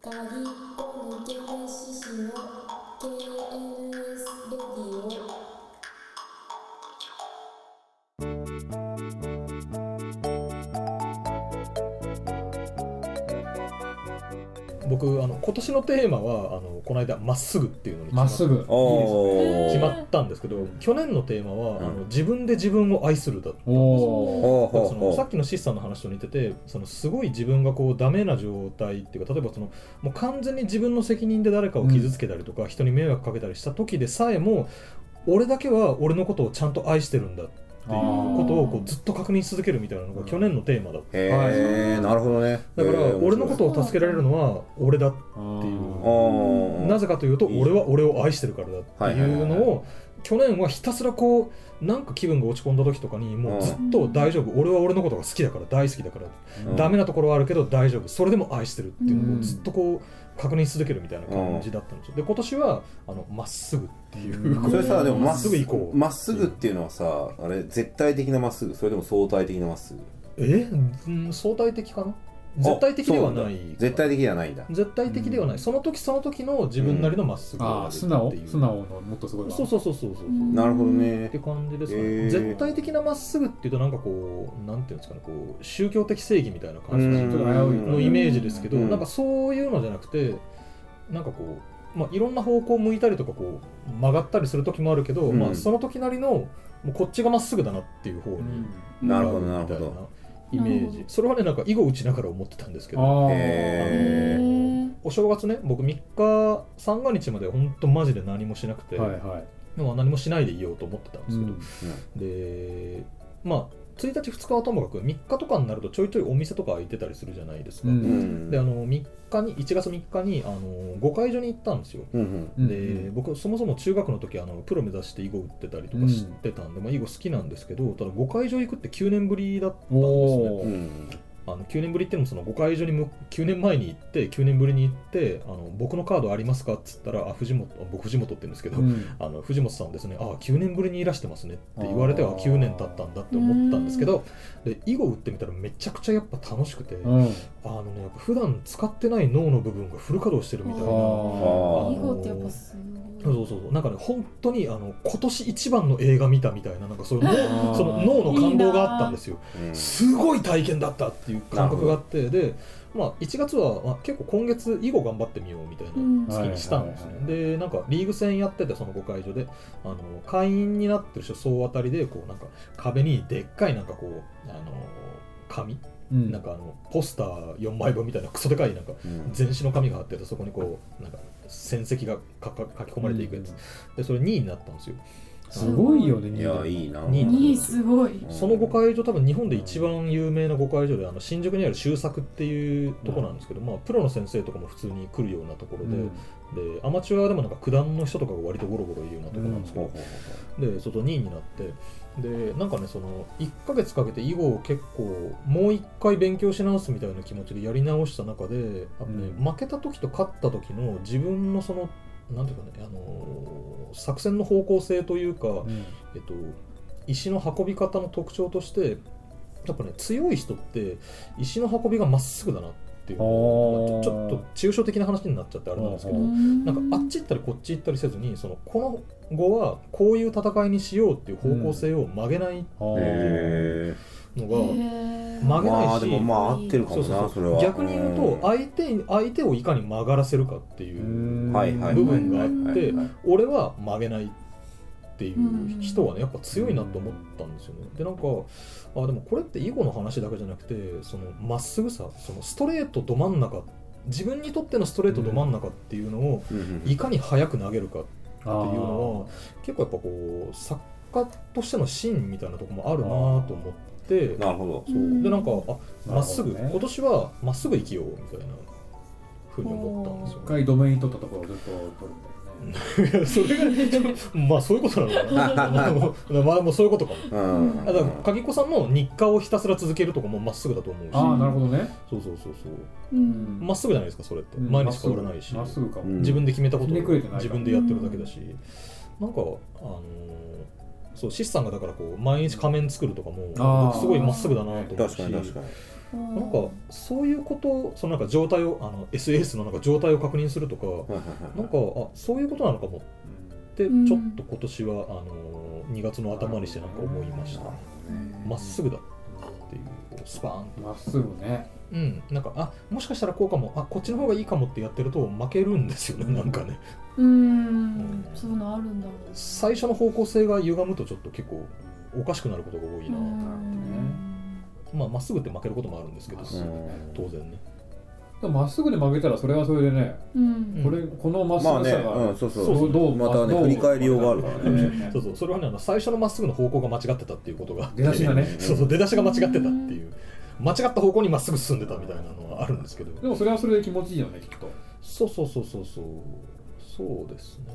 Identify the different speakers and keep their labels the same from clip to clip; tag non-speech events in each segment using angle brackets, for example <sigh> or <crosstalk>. Speaker 1: ガリ抜け出ししの KNS レディオ
Speaker 2: 僕あの今年のテーマはあのこの間「まっすぐ」っていうのに決ま
Speaker 3: ま
Speaker 2: っ
Speaker 3: っすぐ。
Speaker 4: お
Speaker 2: 決
Speaker 4: ー
Speaker 2: まったんですけど去年のテーマは、
Speaker 4: うん
Speaker 2: あの自分で自分を愛するだ
Speaker 3: おお。
Speaker 4: ほうほ
Speaker 2: その
Speaker 4: う
Speaker 2: さ
Speaker 4: ほ
Speaker 2: っきのシスさんの話と似ててそのすごい自分がこうダメな状態っていうか例えばそのもう完全に自分の責任で誰かを傷つけたりとか、人に迷惑かけたりした時でさえも俺だけは俺のことをちゃんと愛してるんだっていうことをこうずっと確認し続けるみたいなのが去年のテーマだった
Speaker 4: うへえなるほどね
Speaker 2: だから
Speaker 4: へー
Speaker 2: 俺のことを助けられるのは俺だ
Speaker 3: っ
Speaker 2: っていう
Speaker 4: 面白い
Speaker 2: なぜかというと
Speaker 4: いい
Speaker 2: 俺は俺を愛してるからだっていうの
Speaker 4: はいはいはい
Speaker 2: を去年はひたすらこうなんか気分が落ち込んだ時とかにもうずっと大丈夫俺は俺のことが好きだから大好きだから
Speaker 4: うん
Speaker 2: ダメなところはあるけど大丈夫それでも愛してるっていうのをずっとこう確認し続けるみたいな感じだったんですよで今年はあのまっすぐっていう
Speaker 3: うん
Speaker 2: こう
Speaker 4: それさでもま
Speaker 2: ま
Speaker 4: っ
Speaker 2: っ
Speaker 4: す
Speaker 2: す
Speaker 4: ぐ
Speaker 2: ぐ行こう
Speaker 4: まっすぐっていうのはさあれ絶対的なまっすぐそれでも相対的なまっすぐ
Speaker 2: えうん相対的かな絶対的では
Speaker 4: あ
Speaker 2: ない
Speaker 4: そうだ絶対的ではないんだ
Speaker 2: 絶対的ではないその時その時の自分なりのまっすぐ
Speaker 3: あ
Speaker 2: を
Speaker 3: あ、
Speaker 2: やる
Speaker 3: 素直
Speaker 2: っていう
Speaker 3: 素直のもっとすごいわ。
Speaker 2: そうそうそうそうそうそう
Speaker 4: なるほどね
Speaker 2: って感じですかね、
Speaker 4: えー
Speaker 2: 絶対的なまっすぐっていうとなんかこうなんていうんですかねこう宗教的正義みたいな感
Speaker 4: うん
Speaker 2: じ
Speaker 3: ちょっと危うい
Speaker 2: のイメージですけど、
Speaker 4: うん
Speaker 2: なんかそういうのじゃなくてなんかこう、まあ、いろんな方向を向いたりとかこう曲がったりする時もあるけど、
Speaker 4: うん
Speaker 2: まあ、その時なりのもうこっちがまっすぐだなっていう方
Speaker 3: う
Speaker 2: に
Speaker 3: ん
Speaker 4: なるほど
Speaker 2: 向かうみたい
Speaker 4: なるほ
Speaker 2: イメージそれはねなんか囲碁打ちながら思ってたんですけど
Speaker 3: ああ。
Speaker 4: へー
Speaker 2: お正月ね僕3日三が日まで本当マジで何もしなくて、
Speaker 3: はいはい。
Speaker 2: でも何もしないでいようと思ってたんですけど、
Speaker 3: うん
Speaker 2: でまあ1日2日はともかく3日とかになるとちょいちょいお店とか開いてたりするじゃないですか、
Speaker 3: うん
Speaker 4: うん
Speaker 2: であの3日に1月3日にあの誤解所に行ったんですよ
Speaker 4: うんうん
Speaker 3: うん
Speaker 2: で、僕そもそも中学の時あのプロ目指して囲碁打ってたりとか知ってたんで、まあ、囲碁好きなんですけどただ誤解所行くって9年ぶりだったんですね
Speaker 3: お
Speaker 4: う
Speaker 3: ー
Speaker 4: ん
Speaker 2: あの9年ぶりっていうのもその誤解所にむ9年前に行って9年ぶりに行ってあの僕のカードありますかっつったらあ藤本僕藤本って言うんですけど、
Speaker 3: うん
Speaker 2: あの藤本さんですね、あ9年ぶりにいらしてますねって言われては
Speaker 3: あー
Speaker 2: 9年経ったんだって思ったんですけど、で囲碁打ってみたらめちゃくちゃやっぱ楽しくて、あ
Speaker 3: うん。
Speaker 2: のね、やっぱ普段使ってない脳の部分がフル稼働してるみたいな、
Speaker 3: あ
Speaker 4: ー
Speaker 1: 囲碁ってやっぱす
Speaker 2: そ
Speaker 1: ご
Speaker 2: う
Speaker 1: い
Speaker 2: そうそうそう、なんかね、本当にあの今年一番の映画見たみたいな、なんかそういう脳その脳の感動があったんですよ。
Speaker 4: うん
Speaker 2: すごい体験だったっていう感覚があってで、まあ、1月は、まあ、結構今月以後頑張ってみようみたいな
Speaker 1: うん
Speaker 2: 月にしたんですね、
Speaker 3: はいはいは
Speaker 2: でなんかリーグ戦やっててその5会場であの会員になってる人総当たりでこうなんか壁にでっかいなんかこうあの紙、
Speaker 3: うん
Speaker 2: なんかあのポスター4枚分みたいなクソでかいなんか
Speaker 4: うん
Speaker 2: 全紙の紙が貼っててそこにこうなんか戦績がかか書き込まれていくやつ、でそれ2位になったんですよ
Speaker 3: すごいよね、
Speaker 4: いやいい
Speaker 3: な。
Speaker 4: な
Speaker 2: に
Speaker 1: にすごい
Speaker 4: うん
Speaker 2: その5会場、多分日本で一番有名な5会場で、あの新宿にある修作っていうとこなんですけど、まあ、プロの先生とかも普通に来るようなところで,、
Speaker 3: うん
Speaker 2: で、アマチュアでもなんか九段の人とかが割とゴロゴロいるようなところなんですけ
Speaker 4: ほう
Speaker 2: ど
Speaker 4: ほ、うほ
Speaker 2: で、そこ2位になって、で、なんかね、その1ヶ月かけて囲碁を結構、もう1回勉強し直すみたいな気持ちでやり直した中で、あとね
Speaker 3: うん
Speaker 2: 負けた時と勝った時の自分のその、なんていうかね、あのー作戦の方向性というか、
Speaker 3: うん
Speaker 2: えっと、石の運び方の特徴としてやっぱね強い人って石の運びがまっすぐだなっていうのを
Speaker 3: あ
Speaker 2: ち
Speaker 3: ー
Speaker 2: ょちょっと抽象的な話になっちゃってあれなんですけど
Speaker 3: う
Speaker 2: なんかあっち行ったりこっち行ったりせずにそのこの後はこういう戦いにしようっていう方向性を曲げない
Speaker 3: あー
Speaker 4: うへ
Speaker 2: のが、
Speaker 1: へー
Speaker 4: え
Speaker 2: 曲げないし
Speaker 4: まあでもまあ合ってるか
Speaker 2: そ
Speaker 4: も
Speaker 2: うそう
Speaker 4: な
Speaker 2: そ
Speaker 4: そうれは
Speaker 2: 逆に言うと
Speaker 4: ん
Speaker 2: 相手に相手をいかに曲がらせるかっていうう、
Speaker 3: ん
Speaker 4: はいはい
Speaker 2: 部分があって
Speaker 4: はいはいはい
Speaker 2: 俺は曲げないっていう人はねやっぱ強いなと思ったんですよね。でなんかあでもこれって囲碁の話だけじゃなくてそのまっすぐさそのストレートど真ん中自分にとってのストレートど真ん中っていうのを
Speaker 4: うんうん
Speaker 2: いかに早く投げるかって
Speaker 3: っていう
Speaker 2: いうのは結構やっぱこう作家としての芯みたいなとこもあるなと思って
Speaker 4: なるほど
Speaker 1: うん
Speaker 2: でなんかあまっすぐ、
Speaker 3: なるほどね
Speaker 2: 今年はまっすぐ生きようみたいなふうに思ったんですよね。
Speaker 3: 一回ドメイン取ったところをずっと取るんだよね。
Speaker 2: いや <laughs> それがまあそういうことなのかなまあもうそういうことかも
Speaker 4: うん
Speaker 2: あだから鍵子さんの日課をひたすら続けるとこもまっすぐだと思うし
Speaker 3: ああ、なるほどね。
Speaker 2: そうそうそうそう
Speaker 1: うん
Speaker 2: まっすぐじゃないですかそれって、
Speaker 3: うん
Speaker 2: 毎日変わらないし
Speaker 3: まっすぐか
Speaker 4: うん
Speaker 3: も。
Speaker 2: 自分で決めたことを
Speaker 3: ひねくれてないから
Speaker 2: 自分でやってるだけだし、なんかあのーそうシスさんがだからこう毎日仮面作るとかも
Speaker 3: あー
Speaker 2: 僕すごいまっすぐだなと思う
Speaker 4: 確
Speaker 2: し
Speaker 4: かに確かに
Speaker 2: なんかそういうことそのなんか状態をあの SAS のなんか状態を確認するとか
Speaker 4: はいはい
Speaker 2: なんかあそういうことなのかもってち
Speaker 5: うん
Speaker 2: ょっと今年は、あの2月の頭にしてなんか思いました
Speaker 4: はい
Speaker 2: まっすぐだっていうこうスパーン
Speaker 3: まっすぐね
Speaker 2: うんなんかあもしかしたらこうかもあこっちの方がいいかもってやってると負けるんですよねなんかね
Speaker 5: うーんそういうのあるんだろう
Speaker 2: 最初の方向性が歪むとちょっと結構おかしくなることが多いな、
Speaker 5: うん
Speaker 2: まあまっすぐって負けることもあるんですけど
Speaker 3: まっすぐ
Speaker 4: うん
Speaker 2: 当然ね
Speaker 3: でもまっすぐで曲げたらそれはそれでね、
Speaker 5: うん
Speaker 3: これこのまっす
Speaker 4: まあ
Speaker 3: ぐ
Speaker 4: ね、
Speaker 3: さが、
Speaker 4: うん、そうそう
Speaker 2: そうそう
Speaker 3: どう
Speaker 4: またね
Speaker 3: どう
Speaker 4: 振り返りようがあるからね
Speaker 3: ね
Speaker 2: そうそうそれはねあの最初のまっすぐの方向が間違ってたっていうことがあって
Speaker 3: 出だしがね
Speaker 2: そうそう出だしが間違ってたっていう間違った方向にまっすぐ進んでたみたいなのはあるんですけど
Speaker 3: でもそれはそれで気持ちいいよねきっと
Speaker 2: そうそうそうそうそうそうですね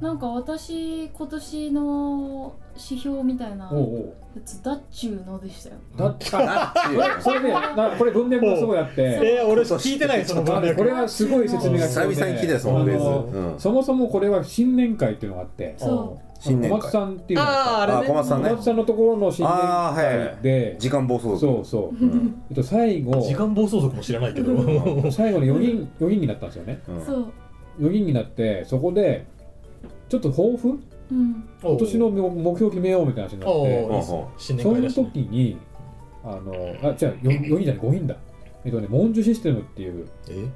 Speaker 5: なんか私今年の指標みたいな
Speaker 3: おうおう
Speaker 5: やつだっちゅうのでしたよ
Speaker 3: だってあ
Speaker 4: っていう
Speaker 3: それでなこれ文面もすごいあって
Speaker 2: えー、俺聞いてないその文
Speaker 3: あこ
Speaker 2: 脈
Speaker 3: れはすごい説明が
Speaker 4: 久々に
Speaker 3: 必要で
Speaker 4: 聞いたよそのフレーズ
Speaker 3: あの
Speaker 4: うん
Speaker 3: そもそもこれは新年会っていうのがあって
Speaker 5: そ
Speaker 4: 新
Speaker 3: 小
Speaker 4: 年
Speaker 3: 松
Speaker 4: 会
Speaker 3: さんっていうの
Speaker 2: ああ
Speaker 3: が
Speaker 2: あれね
Speaker 4: あ小松さ
Speaker 3: 小
Speaker 4: んね
Speaker 3: 松さんのところの新年
Speaker 4: あーはい
Speaker 3: 会で、
Speaker 4: 時間暴走族
Speaker 3: そうそうう、
Speaker 4: ん
Speaker 3: えっと、最後
Speaker 2: 時間暴走族も知らないけど <laughs>
Speaker 3: 最後の4人四人になったんですよね
Speaker 4: うん
Speaker 5: そう
Speaker 3: 4人になってそこでちょっと抱負
Speaker 5: うん
Speaker 2: 今
Speaker 3: 今年の目目標決めようみたいな話になっ
Speaker 4: お
Speaker 2: 新
Speaker 3: て
Speaker 2: 年
Speaker 3: そ
Speaker 2: 会
Speaker 3: の
Speaker 2: だしね
Speaker 3: 時にあのあじゃあ 4, 人じゃない5人だえっとねモンジュシステムっていう
Speaker 2: え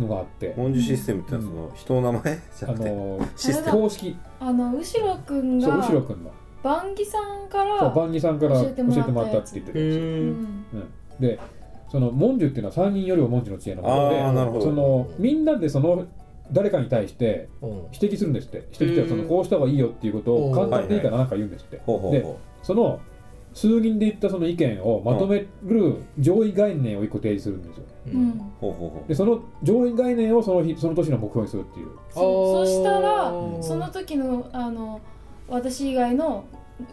Speaker 3: のがあって
Speaker 4: 文字システムってのはその人の名前じゃ
Speaker 3: あ
Speaker 4: なくて
Speaker 3: の
Speaker 4: システム
Speaker 3: 公式
Speaker 5: あの後ろくん
Speaker 3: そう
Speaker 5: が
Speaker 3: 後ろくんの
Speaker 5: バンギさんか
Speaker 3: そう
Speaker 5: ら
Speaker 3: 番木さんから教
Speaker 5: 教え
Speaker 3: え
Speaker 5: て
Speaker 3: て
Speaker 5: も
Speaker 3: も
Speaker 5: らった
Speaker 3: らったって言って
Speaker 2: へ
Speaker 3: る
Speaker 5: う
Speaker 2: ー
Speaker 5: ん
Speaker 3: でそのモンジュっていうのは3人よりもモンジュの知恵のことで
Speaker 4: あーなるほど
Speaker 3: そのみんなでその誰かに対して
Speaker 2: うん
Speaker 3: 指摘するんですって指摘っていうのはそのこうした方がいいよっていうこと
Speaker 2: お
Speaker 3: を
Speaker 2: ー
Speaker 3: 簡単でいいからなんか言うんですって
Speaker 4: ほうほうほ
Speaker 3: その数人で言ったその意見をまとめる上位概念を1個提示するんですよ
Speaker 5: う
Speaker 2: うん
Speaker 5: ん
Speaker 4: うほうほう
Speaker 3: でその上位概念をその日その年の目標にするっていう
Speaker 5: そうそしたら
Speaker 2: あー
Speaker 5: その時のあの私以外の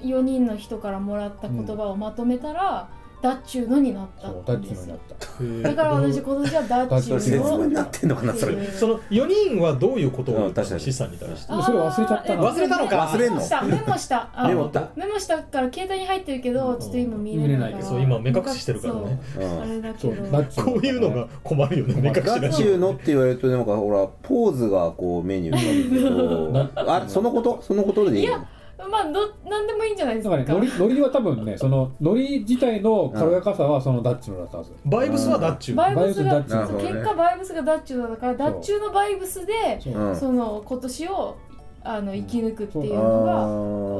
Speaker 5: 4人の人からもらった言葉をまとめたら「だっちゅうの」になった
Speaker 3: そ
Speaker 5: ん
Speaker 3: うタッチ
Speaker 5: で
Speaker 3: の
Speaker 5: す
Speaker 3: になっ
Speaker 5: よ
Speaker 3: た
Speaker 2: へー
Speaker 5: だから私今年は「だっちゅ
Speaker 4: そうれ説明
Speaker 5: の
Speaker 4: になってんのか」なそれ
Speaker 2: その4人はどういうことを言った
Speaker 4: うん確か
Speaker 2: の
Speaker 4: に
Speaker 2: 資産に対して
Speaker 3: でもそれ忘れちゃったな
Speaker 2: 忘れたのか
Speaker 4: 忘れん
Speaker 5: メ
Speaker 4: の
Speaker 5: モしたメモしたあ
Speaker 4: メモった
Speaker 5: メモしたから携帯に入ってるけ
Speaker 2: う
Speaker 5: ど
Speaker 2: ん
Speaker 5: ちょっと今見れないから
Speaker 2: そう今目隠ししてるからね
Speaker 4: う
Speaker 5: そうあ
Speaker 4: ん
Speaker 5: れだけど
Speaker 3: そうダッチ
Speaker 2: こういうのが困るよね、目隠し
Speaker 4: ガ
Speaker 2: だ
Speaker 4: ッ
Speaker 2: し
Speaker 4: チ。ューのって言われるとなんかほらポーズがこうメニューなんだ
Speaker 3: <laughs>
Speaker 4: けどあそのことそのことでいいの
Speaker 5: まあどなんでもいいんじゃないで
Speaker 3: だ
Speaker 5: す
Speaker 3: からねノ
Speaker 5: か
Speaker 3: リノリは多分ねそのノリ自体の軽やかさはそのダッチのだったはず
Speaker 2: バイブスはダッチュ
Speaker 5: バ
Speaker 2: ー。
Speaker 5: イブスが
Speaker 3: バイブスダッチュー
Speaker 5: そ
Speaker 4: な
Speaker 5: う
Speaker 4: るほどね
Speaker 5: 結果バイブスがダッチューだからダッチューのバイブスで
Speaker 3: そう
Speaker 4: うん
Speaker 5: その今年をあの
Speaker 3: ん
Speaker 5: 生き抜くっていう
Speaker 4: あ
Speaker 5: の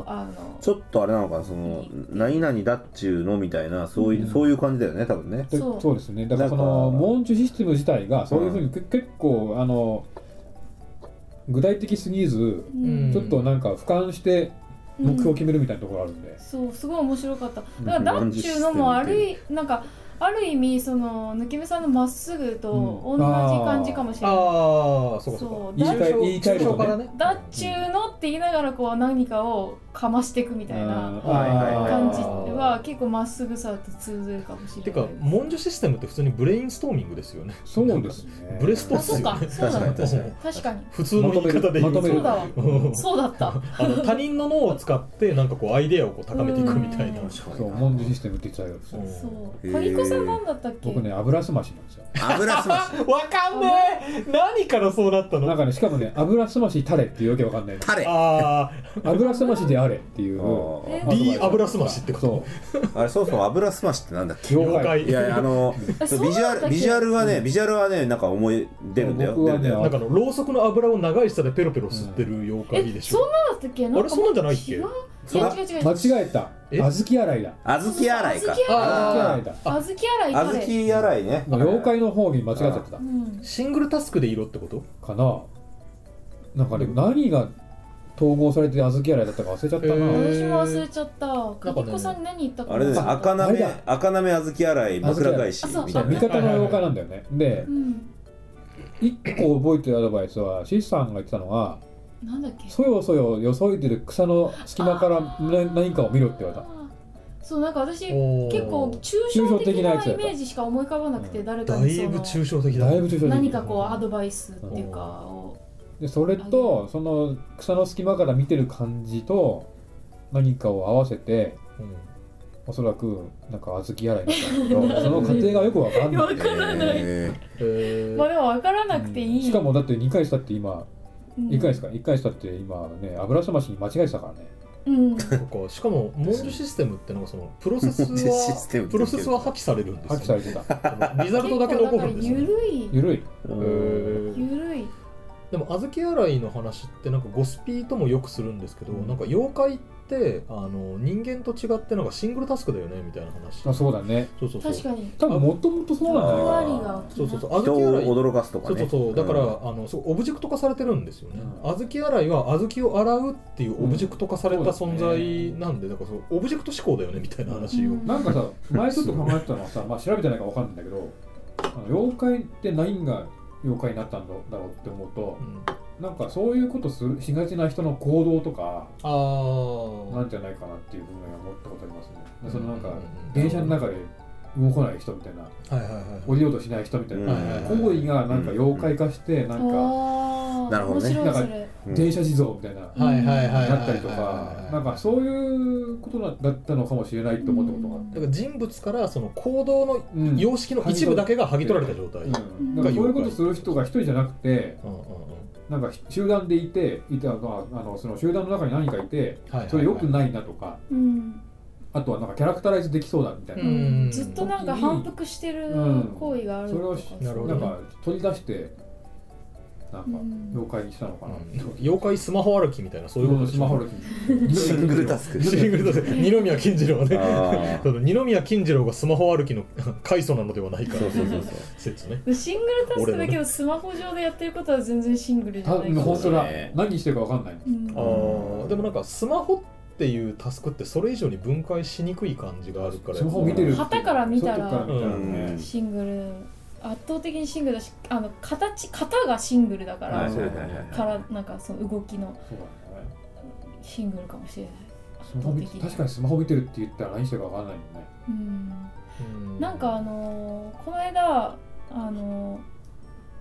Speaker 5: が
Speaker 4: ー
Speaker 5: あの
Speaker 4: ちょっとあれなのかなその何々だっちゅうのみたいなそういう、
Speaker 3: うん
Speaker 4: そういう感じだよね多分ね
Speaker 3: で
Speaker 5: そ
Speaker 3: そううですねだからそ
Speaker 4: な
Speaker 3: の
Speaker 4: んか
Speaker 3: モンチュシステム自体がそういうふうにけ、結構あの具体的すぎず
Speaker 5: う
Speaker 2: うん
Speaker 5: ん
Speaker 3: ちょっとなんか俯瞰して目標を決めるみたいなところがあるんで、
Speaker 5: そうすごい面白かった
Speaker 3: ん
Speaker 5: だからダッチューのもあるいなんかある意味その抜け目さんのまっすぐと同じ感じかもしれない、
Speaker 2: ああ、そうかそうか。
Speaker 5: そう
Speaker 2: 重症
Speaker 3: 言い換
Speaker 2: 重
Speaker 3: えるとね
Speaker 2: 症からね。
Speaker 5: ダッチューのって言いながらこう何かをかましていくみたいな
Speaker 4: はいはいはい
Speaker 5: 感じは結構まっすぐさと通ずるかもしれない
Speaker 2: てか、文書システムって普通にブレインストーミングですよね。
Speaker 3: そうですね
Speaker 2: ブレスト
Speaker 5: あ
Speaker 2: っ
Speaker 5: そ
Speaker 2: す
Speaker 5: う
Speaker 2: よ
Speaker 5: か
Speaker 2: ね。
Speaker 5: そうだ
Speaker 4: 確かに確かに
Speaker 5: 確かに
Speaker 2: 普通の言い方で言うと
Speaker 3: まとめ
Speaker 5: そう
Speaker 3: る
Speaker 5: だわ
Speaker 2: うん
Speaker 5: そうだった
Speaker 2: あの他人の脳を使ってなんかこうアイデアをこう高めていくみたいな
Speaker 5: うん
Speaker 4: 確か
Speaker 3: そう
Speaker 4: に
Speaker 3: モンチュシステムって言ってたよ
Speaker 2: うん
Speaker 5: そう
Speaker 4: へー
Speaker 5: 小彦さんなんだったっけ
Speaker 3: 僕ね油すましなんですよ
Speaker 4: 油すまし
Speaker 2: わかんねえ何からそうなった
Speaker 3: なん
Speaker 2: の
Speaker 3: かねしかもね油すましタレっていうわけわかんない
Speaker 4: タレあ
Speaker 2: あ
Speaker 3: 油すましであれっていう
Speaker 4: ー
Speaker 2: あ D 油すましってこと
Speaker 3: そう
Speaker 4: あれそもそも油すましってなんだっけ
Speaker 3: 了
Speaker 2: 了
Speaker 3: 解
Speaker 2: 解
Speaker 4: いやいやあの
Speaker 5: えそう
Speaker 4: ビジュア
Speaker 5: なんだっけ
Speaker 4: ルビジュアルはね、ビジュアルはねなんか思い出るんだよ
Speaker 3: 僕はね
Speaker 4: 出るん
Speaker 2: <laughs> なん
Speaker 4: だよ
Speaker 2: かあのろうそくの油を長い下でペロペロ吸ってる妖怪
Speaker 5: え
Speaker 2: でし
Speaker 5: そ
Speaker 2: ょ
Speaker 5: んなだったっけ
Speaker 2: あれそんなんじゃないっけ
Speaker 5: 違うい
Speaker 4: そ
Speaker 5: や
Speaker 4: ら
Speaker 5: 違う違う
Speaker 3: 間違えた
Speaker 2: え
Speaker 3: 小豆洗いだ
Speaker 4: 小豆洗いか
Speaker 5: 小
Speaker 3: 小豆
Speaker 4: あ
Speaker 3: 洗いだ
Speaker 2: あ
Speaker 5: 小豆洗い
Speaker 4: ー
Speaker 5: タレ
Speaker 4: 小豆洗いね
Speaker 3: もう妖怪の方に間違っちゃってた
Speaker 5: うん
Speaker 2: シングルタスクでいろってこと
Speaker 3: かななんかね何が統合されて小豆洗いだったか忘れちゃったな、
Speaker 2: へー
Speaker 5: 私も忘れちゃった小彦さんに何言ったか
Speaker 4: あれだね
Speaker 5: 忘
Speaker 4: 赤
Speaker 5: た
Speaker 4: な
Speaker 3: あれ
Speaker 4: め
Speaker 3: だ
Speaker 4: 赤なめ小豆洗い枕返し
Speaker 5: あそう
Speaker 4: み
Speaker 3: そ
Speaker 4: た
Speaker 3: う
Speaker 4: い
Speaker 3: 味
Speaker 4: な
Speaker 3: 方の妖怪なんだよねで
Speaker 5: うん
Speaker 3: 一個覚えてるアドバイスはシスさんが言ってたのは
Speaker 5: なんだっけ
Speaker 3: そよそよよそいでる草の隙間から
Speaker 5: あ
Speaker 3: な
Speaker 5: ー
Speaker 3: 何かを見ろって言われた
Speaker 5: そうなんか私
Speaker 2: おー
Speaker 5: 結構抽象的なイメージしか思い浮かばなくて誰か
Speaker 2: だ
Speaker 5: に
Speaker 2: いぶ
Speaker 5: その
Speaker 2: 抽象的だ
Speaker 3: だいぶ抽象的
Speaker 5: 何かこうアドバイスっていうかを
Speaker 3: でそれとその草の隙間から見てる感じと何かを合わせて
Speaker 2: うん
Speaker 3: あおそらくなんか小豆洗いみたいなのその過程がよくわかんない
Speaker 5: わからない
Speaker 4: え
Speaker 2: えー
Speaker 5: まあでも分からなくていい、
Speaker 3: しかもだって2回したって今
Speaker 5: うん
Speaker 3: 1回ですか1回したって今ね油そばしに間違えてたからね
Speaker 5: う
Speaker 2: な
Speaker 5: ん
Speaker 2: んかしかも文字システムってなんかそのプロセス
Speaker 4: 文字シス
Speaker 2: は
Speaker 4: テムって言ってる
Speaker 2: プロセスは破棄されるんで
Speaker 3: 破棄
Speaker 2: す
Speaker 3: さ
Speaker 2: よ、
Speaker 3: れて
Speaker 5: <laughs>
Speaker 3: た
Speaker 2: あのリザルト
Speaker 5: 結
Speaker 2: だ
Speaker 5: 構だか
Speaker 2: け
Speaker 5: ら
Speaker 2: 残るんですよ、ね
Speaker 5: 緩い
Speaker 3: 緩い
Speaker 4: ー
Speaker 2: えー
Speaker 5: 緩い
Speaker 2: でも小豆洗いの話ってなんかゴスピーともよくするんですけど、
Speaker 3: うん
Speaker 2: なんか妖怪ってあの人間と違ってなんかシングルタスクだよねみたいな話
Speaker 3: あそうだね
Speaker 2: そうそうそう
Speaker 5: 確かに
Speaker 3: 多分もともとそうなんだ
Speaker 5: 役
Speaker 3: よ
Speaker 4: あー
Speaker 5: 割が大きい
Speaker 2: そうそうそう
Speaker 4: 人
Speaker 2: 小豆洗い
Speaker 4: を驚かすとか
Speaker 2: そう
Speaker 4: ね
Speaker 2: そうそうだから、
Speaker 4: うん
Speaker 2: あのそうオブジェクト化されてるんですよね、
Speaker 3: うん
Speaker 2: 小豆洗いは小豆を洗うっていうオブジェクト化された
Speaker 3: うんそう
Speaker 2: 存
Speaker 3: ですね
Speaker 2: 在なんで、だからそのオブジェクト思考だよねみたいな話を、
Speaker 5: うん
Speaker 3: なんかさ前ちょっと考えてたのはさ、まあ、調べてないからわかんないんだけどあの妖怪って何が妖怪になったんだろうって思うと
Speaker 2: うん
Speaker 3: なんかそういうことするしがちな人の行動とか
Speaker 2: あ
Speaker 3: な
Speaker 2: ー
Speaker 3: んじゃないかなっていう部分は思ったことありますねでそのなんか
Speaker 2: うんうんうん
Speaker 3: 電車の中で動かない人みたいな
Speaker 2: はいはいはい
Speaker 3: 降りようとしない人みたいな
Speaker 2: う
Speaker 3: 行
Speaker 2: ん
Speaker 3: 為がなんか妖怪化してなんか
Speaker 5: あー
Speaker 4: なるほどね
Speaker 5: 面白いそれ
Speaker 4: うん
Speaker 3: 電車地蔵みたいな
Speaker 5: うん
Speaker 2: はいはいはいはいはいはい
Speaker 3: なったりとかなんかそういうことだったのかもしれないと思ったことがあって
Speaker 2: だから人物からその行動の
Speaker 3: うん
Speaker 2: 様式の一部だけが剥ぎ取られた状態、うんうん
Speaker 3: うんなんかそういうことする人が一人じゃなくて
Speaker 2: うん
Speaker 3: なんか集団でいていた、まあ、あのその集団の中に何かいて
Speaker 2: はいはいはい
Speaker 3: それ良くないなとか、
Speaker 5: うん
Speaker 3: あとはなんかキャラクターライズできそうだみたいな、
Speaker 2: うん
Speaker 5: ずっとなんか反復してる
Speaker 3: うん
Speaker 5: 行為がある
Speaker 3: それを
Speaker 5: とか
Speaker 2: なるほど
Speaker 3: なんか取り出してなんか
Speaker 5: うん
Speaker 3: 妖怪にしたのかなって、
Speaker 2: うん妖怪スマホ歩きみたいなそういうことでしょ
Speaker 3: スマホ歴
Speaker 4: シングルタスク
Speaker 2: シングルだぜ二宮金次郎
Speaker 4: あ
Speaker 2: ね
Speaker 4: ー
Speaker 2: その二宮金次郎がスマホ歩きの <laughs> 快祖なのではないか
Speaker 4: そうそうそうそう
Speaker 2: 説ね
Speaker 5: シングルタスクだけどスマホ上でやってることは全然シングルじゃ
Speaker 3: た
Speaker 5: ないかも
Speaker 3: 本当だ、
Speaker 4: ね
Speaker 3: 何してるかわかんない
Speaker 5: うん
Speaker 2: あーでもなんかスマホっていうタスクってそれ以上に分解しにくい感じがあるから
Speaker 3: スマホ見てる
Speaker 5: 旗から見た
Speaker 3: 外
Speaker 5: ら
Speaker 3: から見たらね
Speaker 4: うん
Speaker 5: シングル圧倒的にシングルだしあの形型がシングルだから、
Speaker 4: はいはいはい
Speaker 5: か
Speaker 4: は
Speaker 5: らなんかその動きの
Speaker 3: そうだね
Speaker 5: シングルかもしれない
Speaker 3: ス
Speaker 5: 圧
Speaker 3: マホ
Speaker 5: 倒
Speaker 3: 見
Speaker 5: 的
Speaker 3: て確かにスマホ見てるって言ったら何してるかわかんないもんね
Speaker 5: うん
Speaker 2: うん
Speaker 5: なんかあのーこの間あのー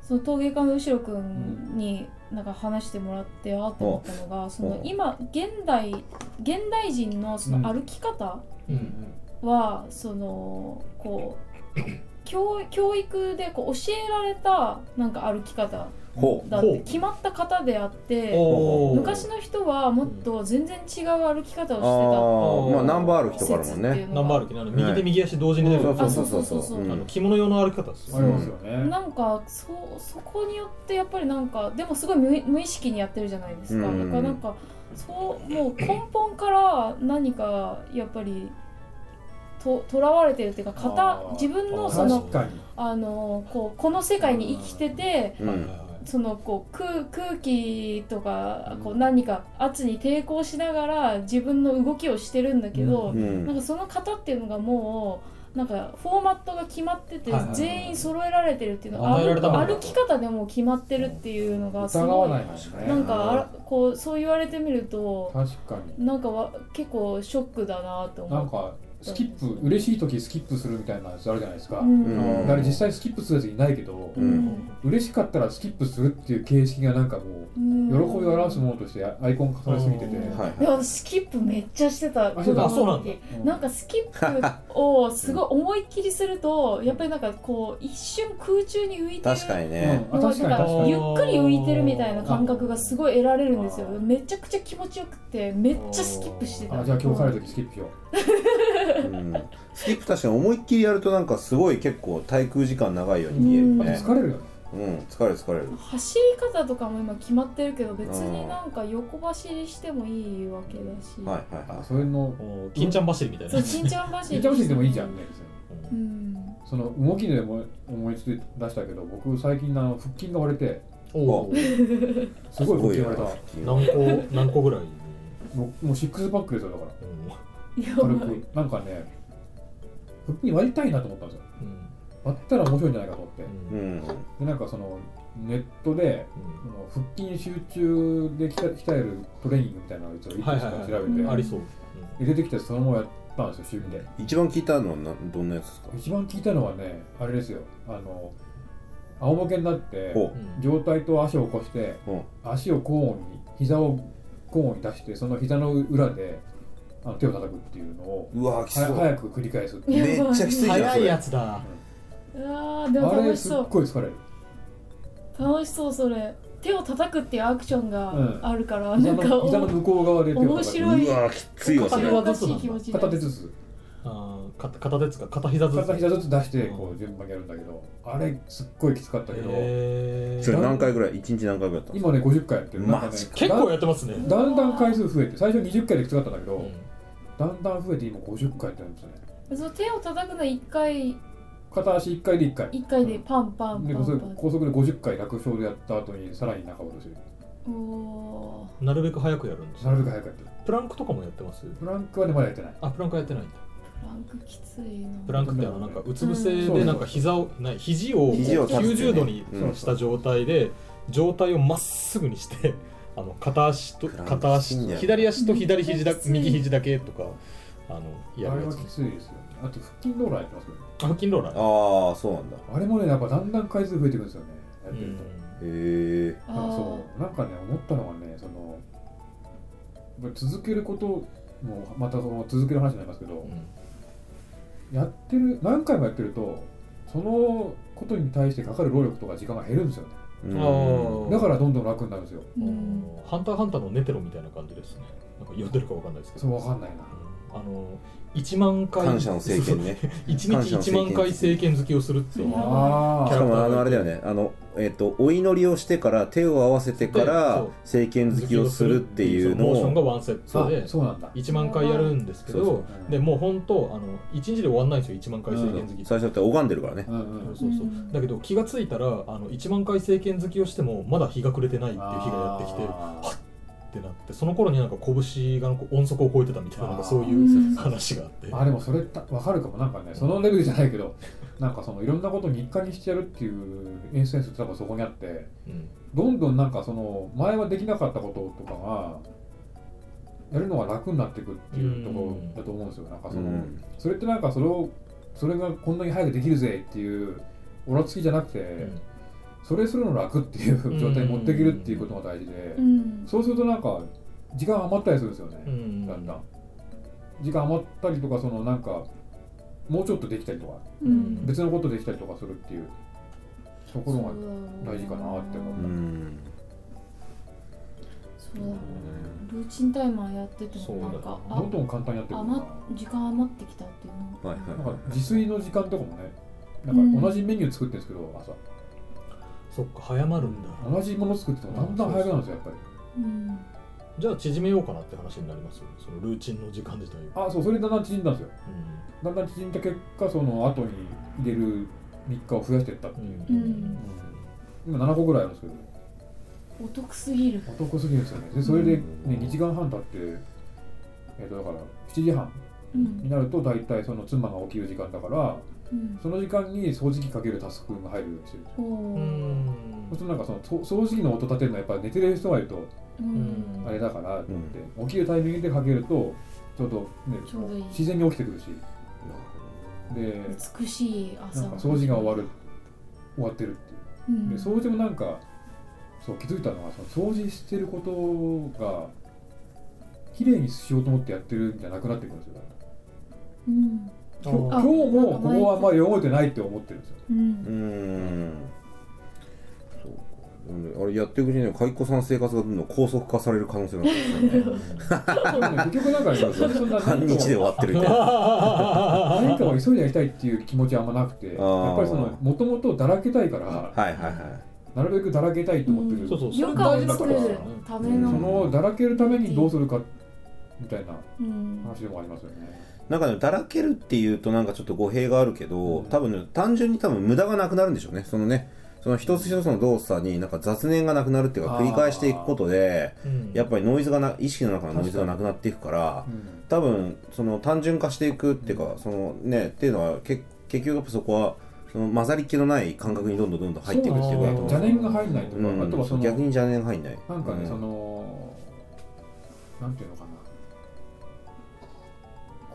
Speaker 5: その陶芸家の後ろくんになんか話してもらってあーって思ったのがその
Speaker 4: お
Speaker 5: 今現代現代人のその歩き方
Speaker 2: うん
Speaker 5: はそのこう教教育でこう教えられたなんか歩き方
Speaker 4: ほ
Speaker 5: だっ
Speaker 2: ほ
Speaker 5: て
Speaker 2: う
Speaker 5: 決まった方であって
Speaker 2: おー
Speaker 5: 昔の人はもっと全然違う歩き方
Speaker 4: うあ
Speaker 5: を
Speaker 4: あまあナンバーある
Speaker 5: し
Speaker 4: 人
Speaker 5: て
Speaker 4: か
Speaker 5: た
Speaker 4: らも
Speaker 5: 説ってい
Speaker 4: ね
Speaker 2: ナ
Speaker 5: うの
Speaker 2: ンバー
Speaker 5: が
Speaker 2: 歩きなの右手右足同時に出る
Speaker 4: そう
Speaker 5: あ
Speaker 4: そ
Speaker 5: そう
Speaker 4: う
Speaker 5: そ
Speaker 4: そうう
Speaker 5: そ
Speaker 4: そうう
Speaker 5: そう
Speaker 4: う
Speaker 2: あの
Speaker 4: ん
Speaker 2: 着物用の歩き方ですよ
Speaker 3: あ
Speaker 2: ね
Speaker 3: りますよね
Speaker 5: なんかそそこによってやっぱりなんかでもすごい無無意識にやってるじゃないですか、
Speaker 4: うん
Speaker 5: だからなんかそうもう根本から何かやっぱりととらわれてるっていうか
Speaker 3: あ
Speaker 5: 型
Speaker 3: ー
Speaker 5: 自分の
Speaker 2: あー
Speaker 5: その
Speaker 3: 確かに
Speaker 5: あのこうこの世界に生きてて
Speaker 4: う
Speaker 2: はいは
Speaker 4: ん
Speaker 2: いはい
Speaker 5: そのこう空空気とかこ
Speaker 3: う
Speaker 5: うん何か圧に抵抗しながら自分の動きをしてるんだけど、
Speaker 4: う
Speaker 5: なん
Speaker 4: ん
Speaker 5: かその型っていうのがもうなんかフォーマットが決まってて
Speaker 2: はいはいはい
Speaker 5: 全員揃えられてるっていうのが
Speaker 2: 与えられたもの
Speaker 5: 歩
Speaker 2: が
Speaker 5: 歩き方でもう決まってるっていうのがす
Speaker 3: 疑
Speaker 5: ご
Speaker 3: わ
Speaker 5: い
Speaker 3: ないもんね
Speaker 5: なんかあらこうそう言われてみると
Speaker 3: 確かに
Speaker 5: なんかわ結構ショックだなと
Speaker 3: なん
Speaker 5: 思
Speaker 3: かスキップ嬉しい時スキップするみたいなやつあるじゃないですか、
Speaker 5: う。う
Speaker 3: だ
Speaker 5: ん
Speaker 4: うん
Speaker 3: から実際スキップするやついないけど、
Speaker 4: う
Speaker 5: う
Speaker 4: んん
Speaker 3: 嬉しかったらスキップするっていう形式がなんかもう喜びを表すものとしてアイコン化されすぎてて、
Speaker 5: うん
Speaker 4: はい
Speaker 5: いや私スキップめっちゃしてた
Speaker 3: あしてた
Speaker 5: 子供の
Speaker 2: あそうな
Speaker 5: 時
Speaker 3: だ
Speaker 5: なんかスキップをすごい思いっきりするとやっぱりなんかこう一瞬空中に浮いてる
Speaker 4: 確かに
Speaker 3: う
Speaker 4: ね
Speaker 3: ん、
Speaker 5: も
Speaker 3: あ
Speaker 5: う
Speaker 3: 確かに確かに
Speaker 5: ゆっくり浮いてるみたいな感覚がすごい得られるんですよ
Speaker 3: あー
Speaker 5: めちゃくちゃ気持ちよくてめっちゃスキップしてた
Speaker 3: あじゃあ今日帰る時スキップしよう
Speaker 4: うんスキップ確かに思いっきりやるとなんかすごい結構滞空時間長いように見える
Speaker 5: うん
Speaker 3: あと
Speaker 4: ね
Speaker 3: 疲れるよね
Speaker 4: うん疲れる疲れる
Speaker 5: 走り方とかも今決まってるけど別になんか横走りしてもいいわけだし、
Speaker 4: はいはい
Speaker 3: あ
Speaker 4: はい
Speaker 3: それの
Speaker 2: おー金ちゃん走りみたいな
Speaker 5: そうちんちゃん
Speaker 3: 言
Speaker 5: 走り
Speaker 3: っちゃうしでもいいじゃんね別に
Speaker 5: うん
Speaker 3: その動きでも思いつい出したけど僕最近あの腹筋が割れて
Speaker 2: おー
Speaker 3: すごい腹筋
Speaker 4: よ
Speaker 3: 割れた
Speaker 4: 腹
Speaker 3: も
Speaker 4: 筋
Speaker 2: 何個何個ぐらい、
Speaker 3: うもうシックスパックですよだから
Speaker 5: やばい
Speaker 3: 軽くなんかね腹筋割りたいなと思ったんですよ
Speaker 2: うん
Speaker 3: 割ったら面白いんじゃないかと思って
Speaker 2: うん
Speaker 4: うん
Speaker 3: でなんかそのネットでその腹筋集中で鍛え鍛えるトレーニングみたいなのをいつもいくつか
Speaker 2: はいはいはい
Speaker 3: 調
Speaker 2: う
Speaker 3: べ
Speaker 2: んあ
Speaker 3: て
Speaker 2: りそう、
Speaker 3: で出てきてそのままやったんですよ趣味で
Speaker 4: 一番聞いたのはなどんなやつですか
Speaker 3: 一番聞いたのはねあれですよあの仰向けになって
Speaker 4: ほ
Speaker 2: うん
Speaker 3: 上体と足を起こして
Speaker 4: ううん
Speaker 3: 足を高音に膝を高音に出してその膝の裏でああの手を叩くっていうのを
Speaker 4: うわーきつ
Speaker 3: は
Speaker 4: そう
Speaker 3: 早く繰り返すっていう
Speaker 5: やばい
Speaker 4: めっちゃきついじゃんそれ
Speaker 6: 早いやつだ
Speaker 5: うわーでも
Speaker 3: あれ
Speaker 5: 楽し
Speaker 3: すっ
Speaker 5: そう
Speaker 3: ごい疲れる
Speaker 5: 楽しそうそれ手を叩くっていうアクション
Speaker 3: うん
Speaker 5: があるから、
Speaker 3: 膝
Speaker 5: なんか
Speaker 3: の膝の向こう側で手を叩く
Speaker 5: 面白
Speaker 4: うわーきついわそれ
Speaker 5: おかしい気持ちにな
Speaker 3: 片
Speaker 5: る
Speaker 3: 手ずつ
Speaker 2: あーか片手ですか片膝ずつ
Speaker 3: 片膝ずつ出してこう順番にやるんだけどあれすっごいきつかったけど
Speaker 2: へー
Speaker 4: それ何回ぐらい一日何回ぐらいやったの
Speaker 3: 今ね50回やってるなんか
Speaker 4: マジ
Speaker 3: ね
Speaker 4: か
Speaker 2: 結構やってますね、
Speaker 3: だんだん回数増えて最初20回できつかったんだけど、
Speaker 2: うん
Speaker 3: だんだん増えて今50回ってなりますね
Speaker 5: その手を叩くの1回
Speaker 3: 片足1回で1回
Speaker 5: 一回でパンパン
Speaker 3: で
Speaker 5: パン
Speaker 3: それ
Speaker 5: パン
Speaker 3: 高速で50回楽勝でやった後にさらに中落とし
Speaker 5: おお
Speaker 2: なるべく早くやるんです
Speaker 3: なるべく早くやってる
Speaker 2: プランクとかもやってます
Speaker 3: プランクはねまだやってない
Speaker 2: あプランクはやってないんだ
Speaker 5: ーランクきついな
Speaker 2: プランクってあのなんかうつ伏せでなんか膝をない肘を
Speaker 4: 肘を立つってね
Speaker 2: 90度に
Speaker 4: うん
Speaker 2: した状態で上体をまっすぐにして <laughs> あの片足と
Speaker 4: プランク
Speaker 2: 片
Speaker 4: いいん
Speaker 2: 足
Speaker 4: だよ
Speaker 2: 左足と左肘だ
Speaker 5: めっちゃきつい
Speaker 2: 右肘だけとかあのや
Speaker 3: あ
Speaker 2: る
Speaker 3: れ
Speaker 2: や
Speaker 3: は
Speaker 2: つ
Speaker 3: きついですよねあと腹筋ローラーやってますけどね
Speaker 2: あ腹筋ローラー
Speaker 4: ああそうなんだ
Speaker 3: あれもねやっぱだんだん回数増えていくんですよねやっ
Speaker 2: う
Speaker 3: てる
Speaker 2: ん
Speaker 3: と、
Speaker 4: へえ
Speaker 5: あ
Speaker 3: なんか
Speaker 5: ー
Speaker 3: そうなんかね思ったのはねそのやっぱり続けることもまたその続ける話になりますけど、やってる何回もやってるとそのことに対してかかる労力とか時間が減るんですよね
Speaker 4: うん
Speaker 2: ああ
Speaker 3: だからどんどん楽になるんですよ
Speaker 5: うん
Speaker 2: ハンターハンターのネテロみたいな感じですねなんか呼んでるかわかんないですけど
Speaker 3: そうわかんないな
Speaker 2: うんあの1万回
Speaker 4: 感謝の政権ね
Speaker 2: 一日1万回政権好きをするっていう
Speaker 5: やばい
Speaker 4: し
Speaker 3: あ
Speaker 4: かもあのあれだよねあの、えっとお祈りをしてから手を合わせてから
Speaker 2: そう
Speaker 4: 政権好きをするっていうの
Speaker 2: モーションが
Speaker 4: を
Speaker 2: ワンセッ
Speaker 3: そ
Speaker 2: ト
Speaker 3: う
Speaker 2: で
Speaker 3: あそうなんだ
Speaker 2: 1万回やるんですけど
Speaker 4: そうそう
Speaker 3: うん
Speaker 2: でもう本当あの1日で終わんないんですよ1万回政権好きって、
Speaker 4: 最初だって拝んでるからね
Speaker 3: うんう
Speaker 2: そうんそうそう
Speaker 5: うん
Speaker 2: だけど気がついたらあの1万回政権好きをしてもまだ日が暮れてないっていう日がやってきて
Speaker 3: あー
Speaker 2: ってなってその頃になんか拳がなんか音速を超えてたみたいななんかそういううん話があって
Speaker 3: あでもそれたわかるかもなんかねそのレベルじゃないけどなんかそのいろんなことを日課にしてやるっていうエンセンスって多分そこにあって
Speaker 2: うん
Speaker 3: どんどんなんかその前はできなかったこととかがやるのが楽になっていくっていうところだと思うんですよなんかその、
Speaker 4: うん
Speaker 3: それってなんかそれをそれがこんなに早くできるぜっていうおらつきじゃなくて、
Speaker 2: うん
Speaker 3: それするの楽っていう
Speaker 2: うん
Speaker 3: 状態に持っていけるっていうことが大事で、
Speaker 5: うん
Speaker 3: そうするとなんか時間余ったりするんですよね、
Speaker 2: うん
Speaker 3: だんだん時間余ったりとかそのなんかもうちょっとできたりとか
Speaker 5: うん
Speaker 3: 別のことできたりとかするっていうところが
Speaker 5: が
Speaker 3: 大事かなって思う
Speaker 4: うん
Speaker 5: そうだろうなルーチンタイマーやってて
Speaker 2: そうだ
Speaker 5: もなんか
Speaker 3: どん
Speaker 5: あ
Speaker 3: どん簡単にやってくるな
Speaker 5: 余っ時間余ってきたっていうの
Speaker 4: はいはい
Speaker 3: なんか自炊の時間とかもねなんか同じメニュー作ってるんですけど、朝
Speaker 2: そっか早まるんだ
Speaker 3: 同じもの作っててもだんだん早くなるんですよやっぱり
Speaker 5: うん
Speaker 2: じゃあ縮めようかなって話になりますよねそのルーチンの時間自体を、うん
Speaker 3: あそうそれだんだん縮んだんですよだんだん縮んだ結果その後に入れる3日を増やしていったって
Speaker 2: う
Speaker 3: い
Speaker 2: ん
Speaker 3: う、
Speaker 5: うん
Speaker 3: 今7個ぐらいあるんですけど
Speaker 5: お得すぎる
Speaker 3: お得すぎるんですよねでそれで、ね
Speaker 4: うん
Speaker 3: 2時間半経ってえっ、とだから7時半
Speaker 5: う
Speaker 3: に
Speaker 5: ん
Speaker 3: なると大体その妻が起きる時間だから
Speaker 5: うん
Speaker 3: その時間に掃除機かけるタスクが入るようにしてる
Speaker 5: お
Speaker 2: う
Speaker 5: ー
Speaker 2: ん
Speaker 3: そうするとなんかそのと掃除機の音立てるのはやっぱ寝てる人がいると
Speaker 5: うん
Speaker 3: あれだからって思って、起きるタイミングでかけるとちょうど、ね、
Speaker 5: ちょうどいい
Speaker 3: 自然に起きてくるしで
Speaker 5: 美しい
Speaker 3: な
Speaker 5: 朝
Speaker 3: んか掃除が終わる終わってるっていう
Speaker 5: う
Speaker 3: で
Speaker 5: ん
Speaker 3: 掃除もなんかそう気づいたのはその掃除してることが綺麗にしようと思ってやってるんじゃなくなってくるんですよ
Speaker 5: うん
Speaker 2: あ
Speaker 3: 今
Speaker 2: ー
Speaker 3: 日今日も
Speaker 5: な
Speaker 3: こ
Speaker 5: ん
Speaker 3: こ
Speaker 5: か毎日
Speaker 3: はあんまり汚れてないって思ってるんですよ
Speaker 5: うん
Speaker 4: うんうんそうかでもねあれやっていくうちにね蚕子さんの生活がどんどん高速化される可能性があるんですよ
Speaker 2: <laughs>
Speaker 4: ね
Speaker 3: でもね結局なんかねそんな
Speaker 4: 半日で終わってるみたいな
Speaker 3: 何かを急いでやりたいっていう気持ちはあんまなくてやっ
Speaker 4: あー
Speaker 3: ぱりそのもともとだらけたいから
Speaker 4: はいはいはい
Speaker 3: なるべくだらけたいと思ってる、
Speaker 5: うん
Speaker 2: そうそう
Speaker 5: 余暇を作るため
Speaker 4: う
Speaker 3: そ
Speaker 4: ん
Speaker 5: の
Speaker 3: のだらけるためにどうするかみたいな
Speaker 5: うん
Speaker 3: 話でもありますよね。
Speaker 4: なんかねだらけるっていうとなんかちょっと語弊があるけど、多分ね単純に多分無駄がなくなるんでしょうねそのねその一つ一つの動作になんか雑念がなくなるっていうか
Speaker 3: あー
Speaker 4: 繰り返していくことで
Speaker 2: うん
Speaker 4: やっぱりノイズがな意識の中のノイズがなくなっていくから
Speaker 3: うん
Speaker 4: 多分その単純化していくっていうかそのねっていうのはけ結局やっぱそこはその混ざり気のない感覚にどんどんどんどん入っていくっていうことだと思
Speaker 3: 邪念が入んないとか、
Speaker 4: う
Speaker 3: あとはそ
Speaker 4: うん、
Speaker 3: の
Speaker 4: 逆に邪念が入んない
Speaker 3: なんかね、
Speaker 4: う
Speaker 3: そのなんていうのかな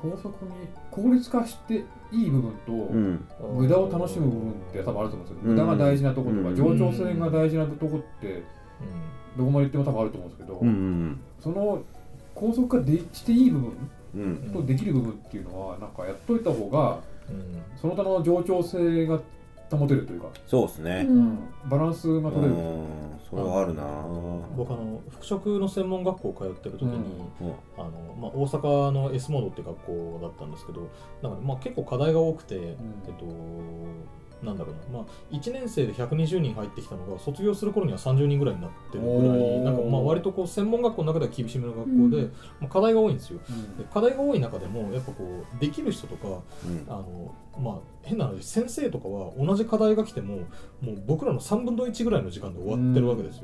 Speaker 3: 高速に効率化していい部分と、
Speaker 4: うん
Speaker 3: 無駄を楽しむ部分って多分あると思うんですよ、
Speaker 4: うん
Speaker 3: 無駄が大事なところとか、
Speaker 4: うん
Speaker 3: 冗長性が大事なとこって
Speaker 2: うん
Speaker 3: どこまで行っても多分あると思うんですけど、
Speaker 4: うんうん
Speaker 3: その高速化でしていい部分
Speaker 4: うん
Speaker 3: とできる部分っていうのはなんかやっといた方が
Speaker 2: うん
Speaker 3: その他の冗長性が保てるというか、
Speaker 4: そうですね
Speaker 5: うん
Speaker 3: バランス
Speaker 4: う
Speaker 3: が
Speaker 4: ん
Speaker 3: 取れる、
Speaker 4: それはあるな
Speaker 2: 僕あの服飾の専門学校通ってる時に、
Speaker 3: うん
Speaker 4: うん
Speaker 2: あのまあ、大阪の S モードって学校だったんですけどなんか、まあ、結構課題が多くて、えっとなんだろうな、まあ、1年生で120人入ってきたのが卒業する頃には30人ぐらいになってるぐら
Speaker 3: お
Speaker 2: い
Speaker 3: ー
Speaker 2: なんかまあ割とこう専門学校の中では厳しめの学校で、
Speaker 5: う
Speaker 2: まあ、課題が多いんですよ
Speaker 3: うん
Speaker 2: で課題が多い中でもやっぱこうできる人とか
Speaker 4: うん
Speaker 2: あのまあ変な話先生とかは同じ課題が来てももう僕らの3分の1ぐらいの時間で終わってるわけですよ。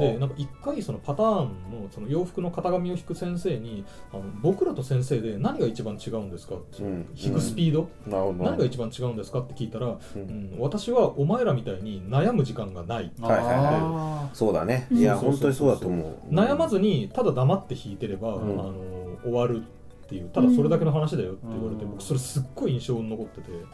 Speaker 2: で
Speaker 4: は
Speaker 2: なんか一回そのパターンのその洋服の型紙を引く先生にあの僕らと先生で何が一番違うんですかって、
Speaker 4: うん
Speaker 2: 引くスピード、
Speaker 4: あなるほど
Speaker 2: 何が一番違うんですかって聞いたら、
Speaker 4: う
Speaker 2: うんん、私はお前らみたいに悩む時間がない
Speaker 4: はいはい
Speaker 3: あ
Speaker 4: そうだね
Speaker 5: うん
Speaker 4: いや
Speaker 2: そう
Speaker 4: 本
Speaker 2: そ
Speaker 4: 当
Speaker 2: う
Speaker 4: にそ
Speaker 2: そうう
Speaker 4: だ
Speaker 2: そ
Speaker 4: と
Speaker 2: う
Speaker 4: 思う
Speaker 2: 悩まずにただ黙って引いてれば、
Speaker 4: うん
Speaker 2: あの終わるっていうただそれだけの話だよって言われて、
Speaker 3: うん
Speaker 2: 僕それすっごい印象に残ってて。だか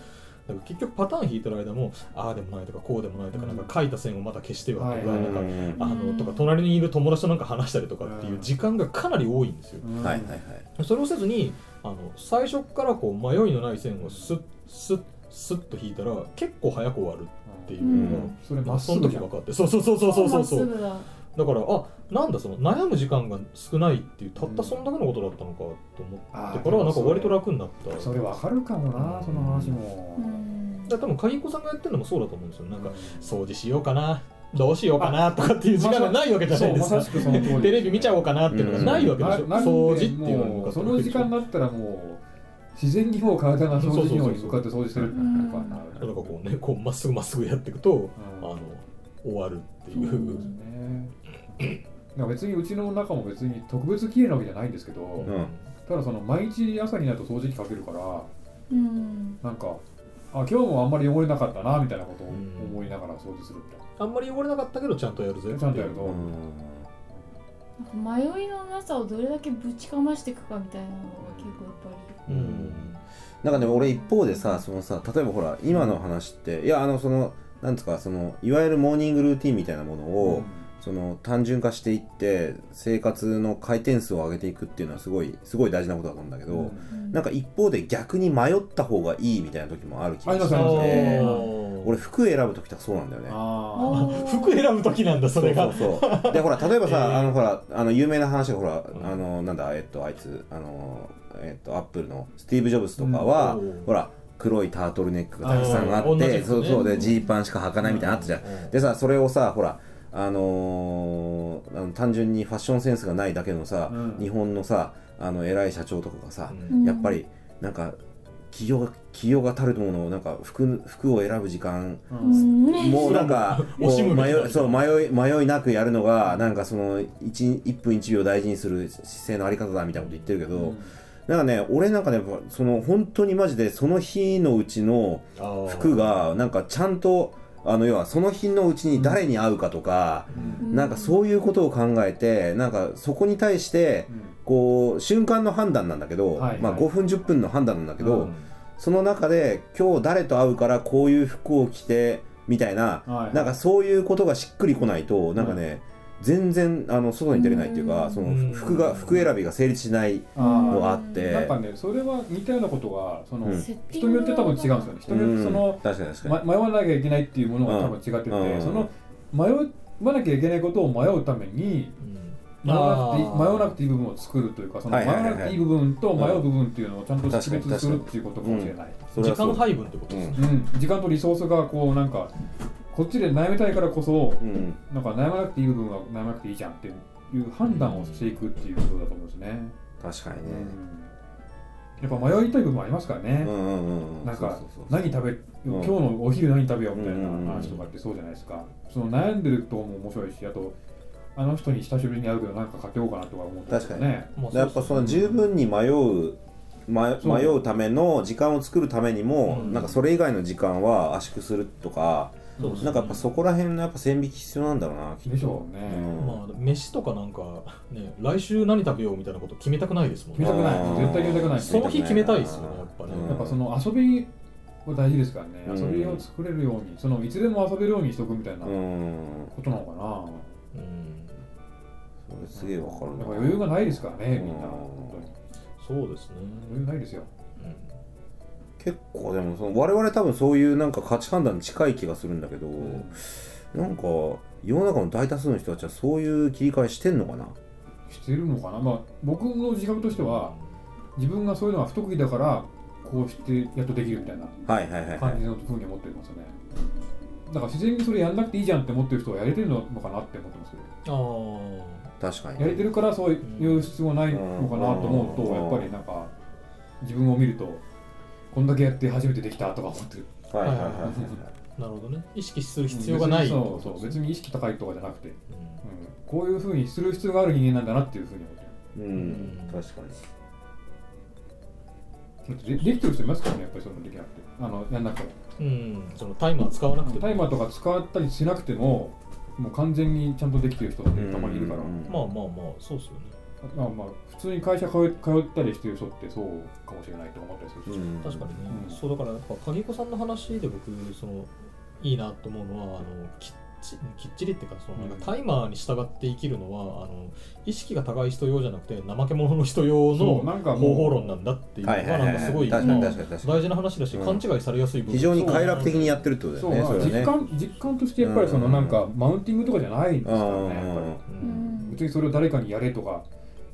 Speaker 2: ら結局パターン引いてる間もああでもないとかこうでもないとかなんか書いた線をまた消してはとか
Speaker 3: は
Speaker 2: ないん
Speaker 3: はい
Speaker 2: か
Speaker 4: うん
Speaker 2: あ
Speaker 5: う
Speaker 2: の
Speaker 5: ん
Speaker 2: とか隣にいる友達となんか話したりとかっていう時間がかなり多いんですよ。
Speaker 3: うん
Speaker 4: はいはいはい
Speaker 2: それをせずにあの最初からこう迷いのない線をスッスッスッと引いたら結構早く終わるっていうの
Speaker 5: う
Speaker 2: が
Speaker 5: ん、
Speaker 3: それ
Speaker 2: ま
Speaker 3: ま
Speaker 2: あ
Speaker 3: っす
Speaker 2: その
Speaker 3: ぐ
Speaker 2: 時
Speaker 3: じゃん
Speaker 2: 分かってそうそうそうそうそうそうそ
Speaker 5: まっ
Speaker 2: う
Speaker 5: すぐだ
Speaker 2: だからあなんだその悩む時間が少ないっていうたったそんだけのことだったのかと思ってから
Speaker 3: あー
Speaker 2: はなんか割と楽になった。
Speaker 3: それわかるかもなその話も、
Speaker 5: うん
Speaker 2: だから多分鍵子さんがやってるのもそうだと思うんですよ。なんか
Speaker 3: う
Speaker 2: 掃除しようかなどうしようかなとかっていう時間がないわけじゃないです
Speaker 3: そう
Speaker 2: か
Speaker 3: まさしくその通りです
Speaker 2: テレビ見ちゃおうかなっていうのがないわけでしょ、
Speaker 3: ななんで
Speaker 2: 掃除っていうのに向か
Speaker 3: もう
Speaker 2: って
Speaker 3: そ
Speaker 2: る
Speaker 3: の
Speaker 2: わけ
Speaker 3: 時
Speaker 2: でしょ
Speaker 3: 間になったらもう自然にもう体が掃除機能に向かって掃除してる
Speaker 5: うん
Speaker 3: とかな
Speaker 2: なんかこうねこうまっすぐまっすぐやっていくとあ
Speaker 3: うん
Speaker 2: の終わるってい
Speaker 5: そう
Speaker 2: う
Speaker 5: です
Speaker 3: ねだから別にうちの中も別に特別綺麗なわけじゃないんですけど、
Speaker 2: うん
Speaker 4: ん
Speaker 3: ただその毎日朝になると掃除機かけるから
Speaker 5: うん
Speaker 3: なんかあ今日もあんまり汚れなかったなみたいなことを思いながら掃除するみたい
Speaker 2: あんまり汚れなかったけどちゃんとやるぜっていう
Speaker 3: ちゃんとやるぞ
Speaker 4: うん
Speaker 5: なんか迷いのなさをどれだけぶちかましていくかみたいなのが結構やっぱ
Speaker 2: う
Speaker 4: うんんなんかね俺一方でさそのさ例えばほら今の話っていやあのそのなんですかそのいわゆるモーニングルーティンみたいなもの
Speaker 3: な、
Speaker 4: を、その単純化していって生活の回転数を上げていくっていうのはすごいすごい大事なことだと思うんだけど、
Speaker 3: うん
Speaker 5: り、うん、
Speaker 4: なんか一方で逆に迷った方がいいみたいな時もある気が
Speaker 3: ありま
Speaker 4: し
Speaker 3: す
Speaker 4: て
Speaker 3: あります
Speaker 4: て
Speaker 3: ね
Speaker 4: 俺服選ぶ時とかそうなんだよね。
Speaker 3: あ
Speaker 5: あー
Speaker 2: 服選ぶ時なん <laughs> だそれが
Speaker 4: そうそうそうでほら例えばさ、
Speaker 2: <laughs> えー
Speaker 4: あのほらあの有名な話がほら、
Speaker 2: ん
Speaker 4: あのなんだえっとあいつあのえっとアップルのスティーブ・ジョブズとかは、
Speaker 2: うんおー
Speaker 4: ほら黒いタートルネックがたくさんあって
Speaker 2: あー同じやつね
Speaker 4: そうそうでジーパンしか履かないみたいなのあったじゃん、
Speaker 2: うん
Speaker 4: でさそれをさほらあのーあの単純にファッションセンスがないだけのさ、
Speaker 3: うん
Speaker 4: 日本のさあの偉い社長とかがさ、
Speaker 2: うん
Speaker 4: やっぱりなんか企業企業がたるものをなんか服服を選ぶ時間
Speaker 3: ー、
Speaker 5: う
Speaker 3: うん
Speaker 5: んね
Speaker 4: もうなんか
Speaker 2: 惜しむべき
Speaker 4: 迷
Speaker 2: だ
Speaker 4: いそう迷い迷いなくやるのがなんかその 1, 1分1秒大事にする姿勢のあり方だみたいなこと言ってるけど、なんかね俺なんかねやっぱその本当にマジでその日のうちの
Speaker 2: あー
Speaker 4: 服がなんかちゃんとあの要はその日のうちに誰に会うかとか、
Speaker 3: うん
Speaker 4: なんかそういうことを考えてなんかそこに対して
Speaker 3: うん
Speaker 4: こう瞬間の判断なんだけど、
Speaker 3: はいはい
Speaker 4: まあ、5分10分の判断なんだけど、
Speaker 3: う
Speaker 4: その中で今日誰と会うからこういう服を着てみたいな、
Speaker 3: はい
Speaker 4: なんかそういうことがしっくりこないとなんかね、全然あの外に出れないっていうか、
Speaker 5: うん
Speaker 4: その服が
Speaker 2: うん
Speaker 4: 服選びが成立しない
Speaker 3: あ
Speaker 4: の
Speaker 3: ー
Speaker 4: があって、
Speaker 3: なんかねそれは似たようなことがその、
Speaker 4: うん
Speaker 5: セッティン
Speaker 3: 人
Speaker 5: グ
Speaker 3: によって多分違うんですよね人によってその
Speaker 4: うん、確かに確かに、
Speaker 3: ま、迷わなきゃいけないっていうものが多分違ってて、
Speaker 4: うん
Speaker 3: その迷わなきゃいけないことを迷うために
Speaker 2: うん
Speaker 3: 迷わなくていい
Speaker 2: あ
Speaker 3: 迷
Speaker 2: ー
Speaker 3: わなくていい部分を作るというかその
Speaker 4: はい
Speaker 3: 迷
Speaker 4: はい
Speaker 3: わ
Speaker 4: はいはい
Speaker 3: なくていい部分と迷う部分っていうのをちゃんと識別するっていうことかもしれない、
Speaker 4: それ
Speaker 2: 時
Speaker 4: はそう
Speaker 2: 間配分ってことですね
Speaker 3: うん、時間とリソースがこうなんかこっちで悩みたいからこそ
Speaker 4: うんうん
Speaker 3: なんか悩まなくていい部分は悩まなくていいじゃんっていう判断をしていくっていうことだと思うんですね、
Speaker 4: 確かに
Speaker 3: う
Speaker 4: ね、
Speaker 3: ん、やっぱ迷いたい部分もありますからね、
Speaker 4: うんうんうんうん
Speaker 3: なんか
Speaker 4: そうそうそう
Speaker 3: 何食べ、今日のお昼何食べようみたいな話とかってそうじゃないですか、その悩んでるとこも面白いしあとあの人に久しぶりに会うけど何か買っておこうかなとか思ったりとね
Speaker 2: まあ
Speaker 4: やっぱその十分に迷う迷
Speaker 3: そう
Speaker 4: 迷うための時間を作るためにも、
Speaker 2: うん
Speaker 4: なんかそれ以外の時間は圧縮するとか、
Speaker 2: そうですね
Speaker 4: なんかやっぱそこら辺のやっぱ線引き必要なんだろうなきっと
Speaker 3: でしょうね、
Speaker 4: うん
Speaker 2: まあ飯とかなんかね来週何食べようみたいなこと決めたくないですもん
Speaker 3: 決めたくない
Speaker 4: うん
Speaker 3: 絶対決めたくない
Speaker 2: その日決めたいですよねやっぱね
Speaker 4: うん
Speaker 3: やっぱその遊びは大事ですからね、
Speaker 4: うん
Speaker 3: 遊びを作れるようにそのいつでも遊べるようにしとくみたいな
Speaker 4: う
Speaker 3: こ
Speaker 4: ん
Speaker 3: となのかな、
Speaker 2: うん
Speaker 4: それすげえわかる
Speaker 3: やっぱ
Speaker 4: な
Speaker 3: 余裕がないですからねみんな、
Speaker 4: うん
Speaker 3: 本当に
Speaker 2: そうですね、
Speaker 3: 余裕ないですよ
Speaker 2: う
Speaker 4: 結構でもその我々多分そういうなんか価値判断に近い気がするんだけど、なんか世の中の大多数の人たちはそういう切り替えしてんのかな
Speaker 3: してるのかなまあ僕の自覚としては自分がそういうのが不得意だからこうしてやっとできるみたいな
Speaker 4: はいはいはい、は
Speaker 3: 感
Speaker 4: い、
Speaker 3: じのふうに思ってますよねだから自然にそれやんなくていいじゃんって思ってる人はやれてるのかなって思ってますけど
Speaker 2: ん、あ
Speaker 4: 確かに
Speaker 3: やれてるからそういう必要ないのかなと思うと
Speaker 4: うん
Speaker 3: やっぱりなんか自分を見るとこんだけやって初めてできたとか思ってる
Speaker 4: はいはいはいはいはい
Speaker 2: あなるほどね意識する必要がない
Speaker 3: 別にそうそう別に意識高いとかじゃなくて、うん、
Speaker 2: うん
Speaker 3: こういうふうにする必要がある人間なんだなっていうふうに思ってる
Speaker 4: うん確かに
Speaker 3: だってでできてる人いますからねやっぱりそのできなくてあのやんなくても
Speaker 2: うん、そのタイマー使わなくても、
Speaker 3: タイマーとか使ったりしなくてももう完全にちゃんとできてる人ってたまにいるから、
Speaker 4: うん
Speaker 2: まあまあまあそうっすよね
Speaker 3: まあまあ普通に会社通通ったりしてる人ってそうかもしれないとか思ったりするし、
Speaker 4: うん
Speaker 2: 確かにね、
Speaker 3: うん
Speaker 2: そうだからやっぱ鍵子さんの話で僕そのいいなと思うのはあのきっちきっちりっていうかそのなんかタイマーに従って生きるのはあの意識が高い人用じゃなくて怠け者の人用
Speaker 3: そう
Speaker 2: の
Speaker 3: なんかも
Speaker 2: 方
Speaker 3: う
Speaker 2: 法論なんだっていうの
Speaker 4: は
Speaker 2: が
Speaker 4: いはい
Speaker 2: な
Speaker 4: は
Speaker 2: ん
Speaker 4: い
Speaker 2: か
Speaker 4: は
Speaker 2: す
Speaker 4: い
Speaker 2: ごい、
Speaker 4: 確かに
Speaker 2: まあ
Speaker 4: 確かに確か
Speaker 2: 大
Speaker 4: に
Speaker 2: 事な話だし、
Speaker 4: うん
Speaker 2: 勘違いされやすい部分
Speaker 4: 非常に快楽的にやってるってことだ
Speaker 3: そ
Speaker 4: よ
Speaker 3: う、
Speaker 4: ね
Speaker 3: まあ
Speaker 4: それは
Speaker 3: 実
Speaker 4: ね
Speaker 3: 感実感としてやっぱりそのなんかマウンティングとかじゃないんですからねやっぱ
Speaker 2: う
Speaker 3: り
Speaker 5: うんん
Speaker 3: 別にそれを誰かにやれとか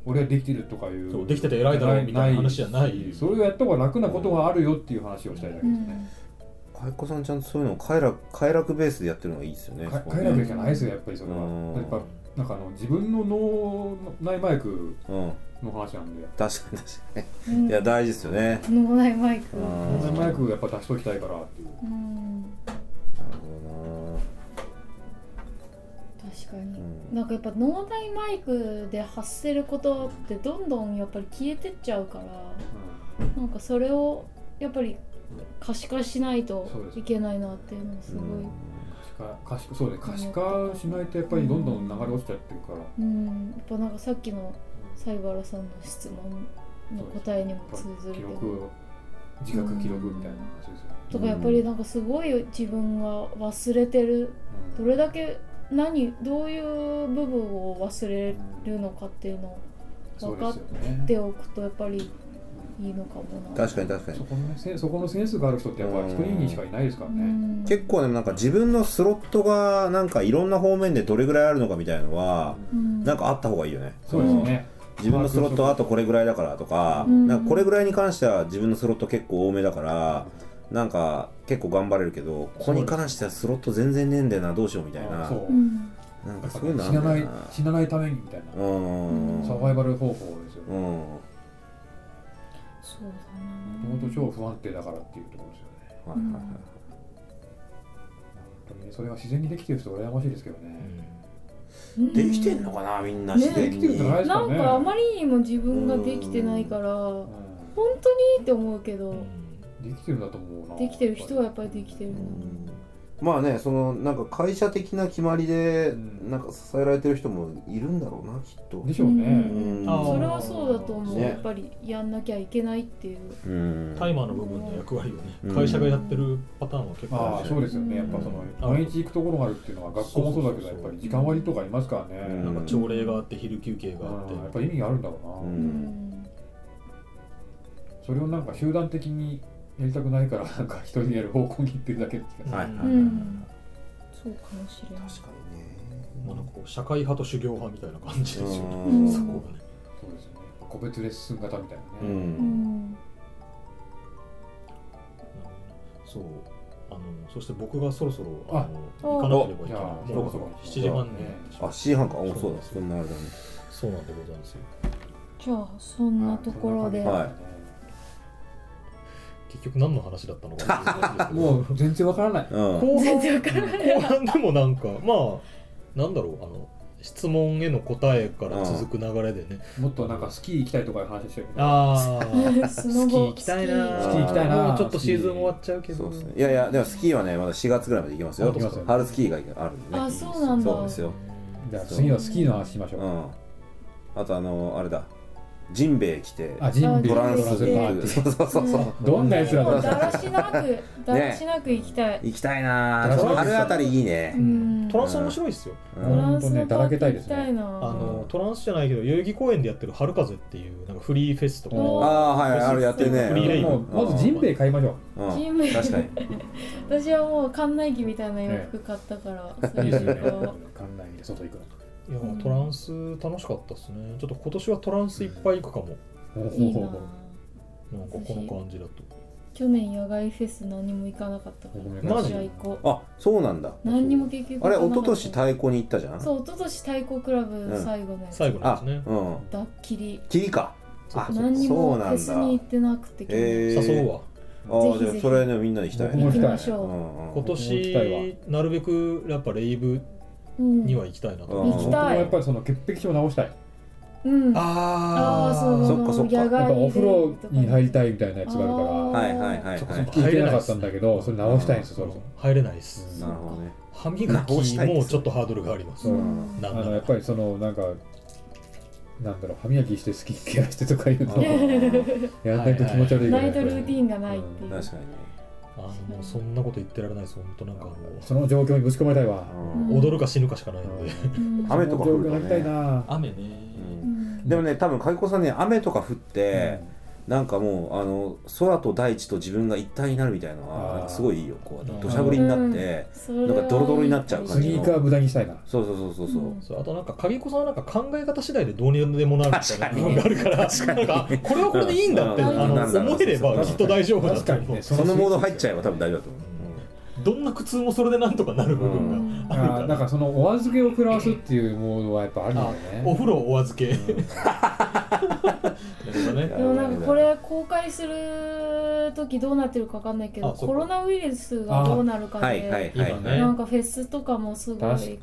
Speaker 3: 俺はできてるとかいう
Speaker 2: そうできてて偉いだろみたいな話じゃない
Speaker 3: しそれをやった方が楽なことがあるよっていう話をしたいだけで
Speaker 5: う
Speaker 3: す
Speaker 5: ん
Speaker 3: ね、
Speaker 4: あいこさんちゃんとそういうのを快楽快楽ベースでやってるのがいいですよね
Speaker 3: か
Speaker 4: そこは
Speaker 3: 帰ら
Speaker 4: ね
Speaker 3: なきゃいけないですよやっぱりそれは
Speaker 4: うん
Speaker 3: やっぱなんかあの自分の脳内マイク
Speaker 4: うん
Speaker 3: の話なんで
Speaker 4: 確かに確か
Speaker 5: うん
Speaker 4: にいや大事ですよね
Speaker 5: 脳内マイク
Speaker 4: う
Speaker 5: うん
Speaker 3: 脳
Speaker 4: な
Speaker 3: 内
Speaker 4: る
Speaker 3: マイクやっぱ出しときたいからっていうん
Speaker 4: ほ
Speaker 5: 確か
Speaker 4: どな
Speaker 5: に
Speaker 4: うん
Speaker 5: なんかやっぱ脳内マイクで発せることってどんどんやっぱり消えてっちゃうからなんかそれをやっぱり可視化しないと
Speaker 3: そうです
Speaker 5: いけないなっていうのはすごい、
Speaker 3: 可視化そうね可視化しないとやっぱりどんどん流れ落ちちゃってるから
Speaker 5: うん、やっぱなんかさっきの西原さんの質問の答えにも通ずるけ
Speaker 3: 記
Speaker 5: ど
Speaker 3: 録を自覚記録みたいな話ですよね
Speaker 5: とかやっぱりなんかすごい自分が忘れてるどれだけ何どういう部分を忘れるのかっていうのを
Speaker 3: そう
Speaker 5: 分
Speaker 3: で
Speaker 5: かっ
Speaker 3: すよね
Speaker 5: ておくとやっぱりいいのかもな
Speaker 4: 確かに確か
Speaker 3: そ
Speaker 4: に
Speaker 3: このねセンそこのセンスがある人ってやっぱ一人にしかいないですから
Speaker 5: う
Speaker 3: ね。
Speaker 5: ん
Speaker 4: 結構でもなんか自分のスロットがなんかいろんな方面でどれぐらいあるのかみたいのは
Speaker 5: うん
Speaker 4: なんかあった方がいいよね
Speaker 3: そうですね。
Speaker 4: 自分のスロットはあとこれぐらいだからとか,、
Speaker 5: うん
Speaker 4: なんかこれぐらいに関しては自分のスロット結構多めだからなんか結構頑張れるけどここに関してはスロット全然ねえんだよなどうしようみたいな
Speaker 3: そうう。
Speaker 5: ん
Speaker 4: なん
Speaker 3: や
Speaker 4: か
Speaker 3: っぱ
Speaker 4: そういうの
Speaker 3: ね
Speaker 4: あ
Speaker 3: 死
Speaker 4: んだ
Speaker 3: な
Speaker 4: よな
Speaker 3: ない死なないためにみたいな
Speaker 4: う
Speaker 5: うん
Speaker 3: サ
Speaker 4: ん
Speaker 3: バイバル方法ですよ。
Speaker 4: うん
Speaker 5: そう
Speaker 3: もとも
Speaker 5: だな
Speaker 3: と超不安定だからっていうところですよね。
Speaker 4: はいはいはい
Speaker 3: 本当にねそれが自然にできてる人羨ましいですけど
Speaker 2: う
Speaker 3: ね。
Speaker 2: ん
Speaker 5: うん
Speaker 4: できてんのかなみんな
Speaker 5: ね
Speaker 4: 自然
Speaker 3: できてる
Speaker 4: に、
Speaker 3: んじゃないです
Speaker 5: な
Speaker 3: か
Speaker 5: ん
Speaker 3: ね。
Speaker 5: かあまりにも自分ができてないから本当にって思うけ
Speaker 2: う
Speaker 5: ど
Speaker 2: ん
Speaker 3: うんできてるんだと思うな。
Speaker 5: できてる人はやっぱりできてるんだ
Speaker 4: まあねそのなんか会社的な決まりで
Speaker 3: うん
Speaker 4: なんか支えられてる人もいるんだろうなきっと
Speaker 3: でしょうね。
Speaker 5: うん
Speaker 2: あー
Speaker 5: それはそうだと思う、
Speaker 4: ね
Speaker 5: やっぱりやんなきゃいけないっていう
Speaker 4: うん
Speaker 2: タイマーの部分の役割をね、
Speaker 4: うん
Speaker 2: 会社がやってるパターンは結構
Speaker 3: あ
Speaker 2: る
Speaker 3: あ
Speaker 2: し
Speaker 3: そうですよね。やっぱその毎日行くところがあるっていうのは学校もそうだけどやっぱり時間割とかありますからね。
Speaker 4: うん
Speaker 2: なんか朝礼があって昼休憩があって、
Speaker 3: うんやっぱり意味があるんだろうな。
Speaker 4: うん
Speaker 5: うん
Speaker 3: それをなんか集団的にやりたくないからなんか一人でやる方向に行ってるだけですけど
Speaker 4: はいはいはい
Speaker 5: うんそうかもしれない
Speaker 4: 確かにね
Speaker 2: まあ、なんかこう社会派と修行派みたいな感じですよね、
Speaker 4: うん
Speaker 2: そこがね
Speaker 3: そうですよね個別レッスン型みたいなね、
Speaker 4: う
Speaker 5: うんん
Speaker 2: そうあのそして僕がそろそろあ
Speaker 3: あ
Speaker 2: の行かなければい
Speaker 3: じ
Speaker 2: け
Speaker 3: ゃ
Speaker 2: ない
Speaker 3: あ
Speaker 2: もう
Speaker 4: そろ
Speaker 2: 7
Speaker 3: そろ
Speaker 2: 時半に
Speaker 4: あ C 班かあそうだ
Speaker 2: そ
Speaker 4: そ
Speaker 2: うん
Speaker 4: なあれだね
Speaker 2: そうなんでございますよ
Speaker 5: じゃあそんなところで、
Speaker 4: はい
Speaker 2: 結局何の話だったの
Speaker 4: <laughs>
Speaker 2: か
Speaker 3: もう全然わからない
Speaker 4: うん
Speaker 2: 後半
Speaker 5: 全然わからない
Speaker 2: 後半 <laughs> でもなんかまあなんだろうあの質問への答えから続く流れでね、
Speaker 3: もっとなんかスキー行きたいとかいう話してるけど
Speaker 2: ああ
Speaker 5: ス
Speaker 2: ス
Speaker 5: ノ
Speaker 2: キー
Speaker 5: ボ
Speaker 2: 行きたいな
Speaker 5: ス
Speaker 3: キー行きたいな
Speaker 2: もうちょっとシーズン終わっちゃうけ
Speaker 4: そ
Speaker 2: ど
Speaker 4: うですねいやいやでもスキーはねまだ4月ぐらいまで行きますよ
Speaker 2: 本当です
Speaker 3: か
Speaker 4: 春スキーがあるんでね
Speaker 5: あそうなんだ
Speaker 4: そうですよ
Speaker 3: じゃあ次はスキーの話しましょう
Speaker 4: うんあとあのあれだジンベエ着て
Speaker 3: あジンベエ
Speaker 4: トランス
Speaker 3: ト
Speaker 4: 服
Speaker 3: ランスパーティー
Speaker 4: そうそうそうそう
Speaker 3: どんなやつら
Speaker 5: も
Speaker 3: だ
Speaker 5: うだらしなくだらしなく行きたい、
Speaker 4: 行きたいな
Speaker 2: トランス
Speaker 4: ぁ春あたりいいね
Speaker 5: う、ん
Speaker 2: トランス面白いですよ、
Speaker 4: う
Speaker 5: ト
Speaker 4: ん
Speaker 5: ランス
Speaker 3: ほんとね
Speaker 5: の
Speaker 3: だ
Speaker 5: パ
Speaker 3: ら
Speaker 5: ー
Speaker 3: け
Speaker 5: ティ
Speaker 3: たいで
Speaker 5: ー行
Speaker 3: す
Speaker 5: き
Speaker 3: ね
Speaker 5: たいな
Speaker 2: あのトランスじゃないけど代々木公園でやってる春風っていうなんかフリーフェスとか
Speaker 5: お
Speaker 4: ああはい
Speaker 2: そう
Speaker 4: あれやってるね
Speaker 2: フリーレイン
Speaker 3: もうまずジンベエ買いましょう
Speaker 4: うん
Speaker 5: ジンベエ
Speaker 4: 確かに
Speaker 5: 私はもう館内着みたいな洋服買ったから、そう
Speaker 3: い
Speaker 5: い
Speaker 3: いうですよね
Speaker 5: こ
Speaker 3: 館内で外行く
Speaker 2: いやトランス楽しかったですねちょっと今年はトランスいっぱい行くかも
Speaker 3: の
Speaker 5: といいな
Speaker 2: なんかこの感じだと
Speaker 5: 去年野外フェス何も行かなかったから
Speaker 2: マジ
Speaker 5: 私は行こう
Speaker 4: あそうなんだ
Speaker 5: 何にも結局行
Speaker 4: あ
Speaker 5: かな
Speaker 4: れ
Speaker 5: かった
Speaker 4: 一昨年太鼓に行ったじゃん
Speaker 5: そう一昨年太鼓クラブ最後のやつ、
Speaker 2: 最後なん
Speaker 4: あ
Speaker 2: ですね
Speaker 4: うん
Speaker 5: だっきり
Speaker 4: 霧か
Speaker 2: そう
Speaker 4: あ
Speaker 2: そう
Speaker 5: 何にも
Speaker 4: そうなん
Speaker 5: フ
Speaker 4: だ
Speaker 5: ェスに行ってなくて、
Speaker 4: えー、
Speaker 2: 誘うわ
Speaker 4: あー
Speaker 5: ぜひぜひ
Speaker 4: でもそれねみんなで行きたい
Speaker 3: 僕
Speaker 5: 行
Speaker 4: ね
Speaker 3: も
Speaker 5: きまし
Speaker 4: う
Speaker 5: ょ
Speaker 4: んうん
Speaker 2: 今
Speaker 3: こ行きたい
Speaker 2: 年なるべくやっぱレイブ
Speaker 5: う、うん、
Speaker 2: には行きたいなと、
Speaker 4: うん
Speaker 5: 行
Speaker 3: 僕
Speaker 5: き
Speaker 3: も
Speaker 5: た
Speaker 3: や
Speaker 5: い
Speaker 3: っぱりその潔癖症を直したい
Speaker 5: うんあ
Speaker 4: あ
Speaker 5: あそう
Speaker 4: そっかそっか
Speaker 5: 野
Speaker 3: やっぱ
Speaker 5: 外
Speaker 3: お風呂に入りたいみたいなやつがある
Speaker 5: あ
Speaker 3: か
Speaker 4: はいはいはいは
Speaker 3: ら
Speaker 4: い
Speaker 3: 行けなかったんだけどそれ直したいんですよそろそろ
Speaker 2: 入れないです、
Speaker 4: なるほどね
Speaker 2: 歯磨
Speaker 4: 直し
Speaker 2: き
Speaker 4: たいで
Speaker 2: も
Speaker 4: す
Speaker 2: ちょっとハードルがあります、
Speaker 3: うん
Speaker 2: な
Speaker 3: あ
Speaker 2: んだ
Speaker 3: のやっぱりそのなんかなんだろう歯磨きしてスキンケアしてとかいう
Speaker 4: あ
Speaker 3: の
Speaker 4: ー
Speaker 3: やらないと気持ち悪いから
Speaker 5: ナイトルーティーンがないっていう、
Speaker 4: 確かにね
Speaker 2: あのもうそんなこと言ってられないです本当なんかあの
Speaker 3: その状況にぶち込まれたいわ
Speaker 4: うん
Speaker 5: うん
Speaker 2: 踊るか死ぬかしかないので、
Speaker 5: うん
Speaker 4: 雨とか降
Speaker 3: その状
Speaker 4: るとね
Speaker 3: 況になりたいな
Speaker 2: 雨ね、
Speaker 4: うん
Speaker 5: うん
Speaker 4: でもね多分金子さんね雨とか降って、なんかもうあの空と大地と自分が一体になるみたいなの
Speaker 3: あー
Speaker 4: はなんかすごいいいよこう
Speaker 2: うん
Speaker 4: 土砂降りになって、
Speaker 5: それは
Speaker 4: なんかドロドロになっちゃう
Speaker 3: ス
Speaker 4: 感じ
Speaker 3: ニ
Speaker 4: の
Speaker 3: ーカー無駄にしたいな
Speaker 4: そうそうそうそうそう、
Speaker 5: うん
Speaker 2: そうあとなんか影子さんはなんか考え方次第でどうにでもなるみたいな部分があるからなんかこれはこれでいいんだって
Speaker 5: うん
Speaker 2: あの
Speaker 5: なんだ
Speaker 2: 思えればきっと大丈夫だ
Speaker 3: 確
Speaker 2: と
Speaker 3: かに
Speaker 2: 思う
Speaker 3: ね
Speaker 4: そのモード入っちゃえば多分大丈夫だと思
Speaker 2: どんな苦痛もそれでなんとかなる部
Speaker 5: う
Speaker 2: 分が
Speaker 5: ん
Speaker 2: あるか
Speaker 3: あ
Speaker 2: ら
Speaker 3: なんかそのお預けを食らわすっていうモードはやっぱあるよね
Speaker 2: お風呂お預け
Speaker 4: う、
Speaker 2: ね
Speaker 5: で <laughs> もなんかこれ公開する時どうなってるかわかんないけど
Speaker 2: あそっか
Speaker 5: コロナウイルスがどうなるかで、
Speaker 4: はいはい
Speaker 2: 今
Speaker 4: は
Speaker 2: ね
Speaker 4: い、
Speaker 5: なんかフェスとかもすごい変わってき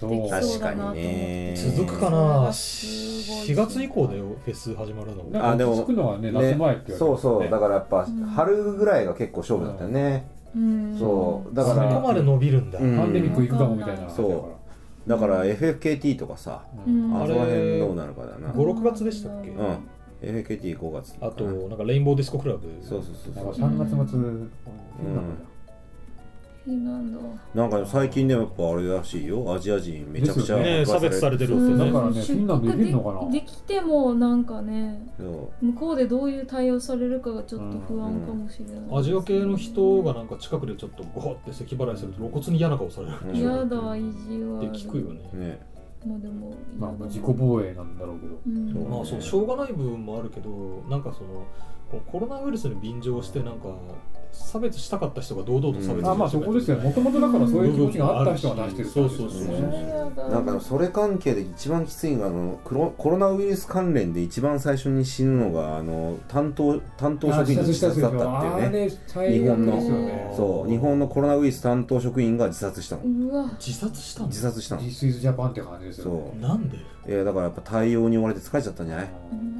Speaker 5: そう
Speaker 4: 確
Speaker 5: だ
Speaker 4: か
Speaker 5: なと思っ
Speaker 4: に
Speaker 5: て。
Speaker 4: ね
Speaker 2: 続くか
Speaker 5: う
Speaker 2: なん4月以降だよフェス始まるの
Speaker 3: なん
Speaker 4: あで
Speaker 3: か
Speaker 4: も
Speaker 3: 落ち着くのはね夏前っ
Speaker 4: ね
Speaker 3: て言われてますね
Speaker 4: そうそうだからやっぱ
Speaker 5: うん
Speaker 4: 春ぐらいが結構勝負だったよね、
Speaker 5: うん
Speaker 4: そうだか
Speaker 2: そこ
Speaker 4: ら
Speaker 2: まで伸びるんだ、
Speaker 4: うん
Speaker 3: パンデミック行くかもみたいな
Speaker 4: そうだから FFKT とかさ、
Speaker 3: だから
Speaker 5: うん
Speaker 4: あ
Speaker 2: あ
Speaker 4: そ
Speaker 2: れ
Speaker 4: の辺どうなるかだな
Speaker 2: 56月でしたっけ、
Speaker 5: う
Speaker 4: うん FFKT5 月
Speaker 2: あと
Speaker 4: うん
Speaker 2: なんかレインボーディスコクラブ
Speaker 4: そうそうそう
Speaker 3: なん
Speaker 4: そ
Speaker 3: か
Speaker 4: う
Speaker 3: 3月末、
Speaker 5: フィンランド
Speaker 4: なんか最近でもやっぱあれらしいよアジア人めちゃくちゃ
Speaker 2: ね差別されてるって
Speaker 5: うん
Speaker 3: だ
Speaker 2: ね
Speaker 3: からねフィンランド行けるのかな
Speaker 5: 出国でできてもなんかね
Speaker 4: そう
Speaker 5: 向こうでどういう対応されるかがちょっと不安かもしれない、
Speaker 2: アジア系の人がなんか近くでちょっとゴーって咳払いすると露骨に嫌な顔される
Speaker 4: うん
Speaker 5: 嫌だ意地は
Speaker 2: って聞くよね、
Speaker 4: ね
Speaker 5: まあでも嫌だ
Speaker 3: まあ、自己防衛なんだろうけど
Speaker 5: うん
Speaker 4: そう
Speaker 2: まあそうしょうがない部分もあるけどなんかそのこのコロナウイルスに便乗してなんか差別したかった人が堂々と差別してる
Speaker 4: うん
Speaker 2: 人
Speaker 3: あまあそこですよもともとだからそういう気持ちがあった人が出してるってことですよね
Speaker 5: それは嫌だ
Speaker 4: なんかそれ関係で一番きついのがあのクロコロナウイルス関連で一番最初に死ぬのがあの担当担当職員の自殺だったっていうね
Speaker 3: ね
Speaker 4: 日本の
Speaker 3: ですよね
Speaker 4: そう日本のコロナウイルス担当職員が自殺したの
Speaker 5: うわ
Speaker 2: 自殺したんで
Speaker 4: 自殺したの
Speaker 3: This is Japan って感じですよね
Speaker 4: そ
Speaker 2: なんで
Speaker 4: ういやだからやっぱ対応に追われて疲れちゃったんじゃない
Speaker 5: うん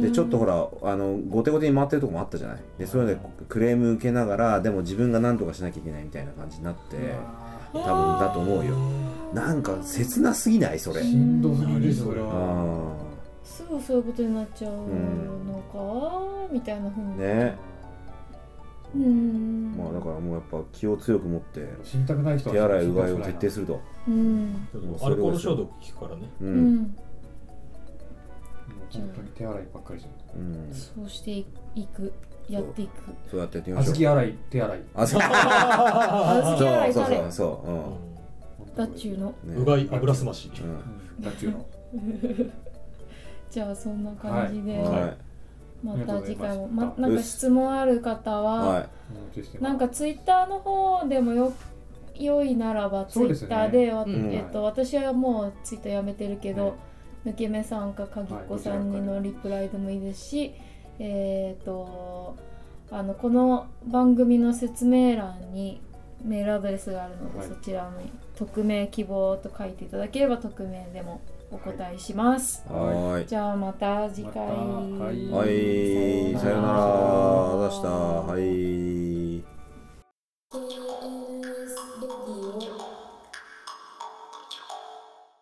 Speaker 4: でちょっとほらあの後手後手に回ってるとこもあったじゃないでそういうのでクレーム受けながらでも自分が何とかしなきゃいけないみたいな感じになって
Speaker 3: あ
Speaker 4: 多分だと思うよなんか切なすぎないそ
Speaker 3: ー
Speaker 4: れ
Speaker 3: しんどすぎるそれ
Speaker 4: あ
Speaker 3: は
Speaker 4: ー
Speaker 5: すぐそういうことになっちゃうのか、みたいなふうに
Speaker 4: ね
Speaker 5: うん
Speaker 4: まあだからもうやっぱ気を強く持って
Speaker 3: 死にたくない人は
Speaker 4: 手洗いうがいを徹底すると
Speaker 5: うん
Speaker 2: アルコール消毒聞くからね
Speaker 4: う、
Speaker 5: うんん
Speaker 3: もう本当に手洗いばっかりしてる
Speaker 4: うん、
Speaker 5: そうしていくやっていく
Speaker 4: そうやってやってみましょう
Speaker 3: 小豆洗い手洗い
Speaker 4: あ <laughs> そう
Speaker 5: 小
Speaker 4: そ
Speaker 5: 豆洗
Speaker 4: う
Speaker 5: い
Speaker 4: そう
Speaker 5: 誰
Speaker 4: そうそう
Speaker 5: だっちゅうの
Speaker 4: うん、ね
Speaker 2: うがい油すまし
Speaker 4: うん
Speaker 3: うんだっちゅうの
Speaker 5: じゃあそんな感じ
Speaker 2: は
Speaker 5: で、
Speaker 2: い
Speaker 4: は
Speaker 5: また次回も
Speaker 3: ありがとうございまし
Speaker 5: ま
Speaker 3: た
Speaker 5: なんか質問ある方
Speaker 4: い
Speaker 5: は、
Speaker 4: はい
Speaker 5: なんかツイッターの方でもよ良いならばツイ
Speaker 3: そうです
Speaker 5: ッ
Speaker 3: ね
Speaker 5: ターでわ
Speaker 4: うん
Speaker 5: えっと私はもうツイッターやめてるけど、
Speaker 3: ね
Speaker 5: 抜け目さんかかぎっこさんにのリプライでもいいですし、えっ、とあのこの番組の説明欄にメールアドレスがあるので、
Speaker 3: はい
Speaker 5: そちらに「匿名希望」と書いていただければ匿名でもお答えします。
Speaker 4: はい
Speaker 5: じゃあまた次回。
Speaker 3: またはい
Speaker 4: はい
Speaker 5: さ
Speaker 4: さ
Speaker 5: よ
Speaker 4: よ
Speaker 5: う
Speaker 4: う
Speaker 5: な
Speaker 4: な
Speaker 5: ら
Speaker 4: ら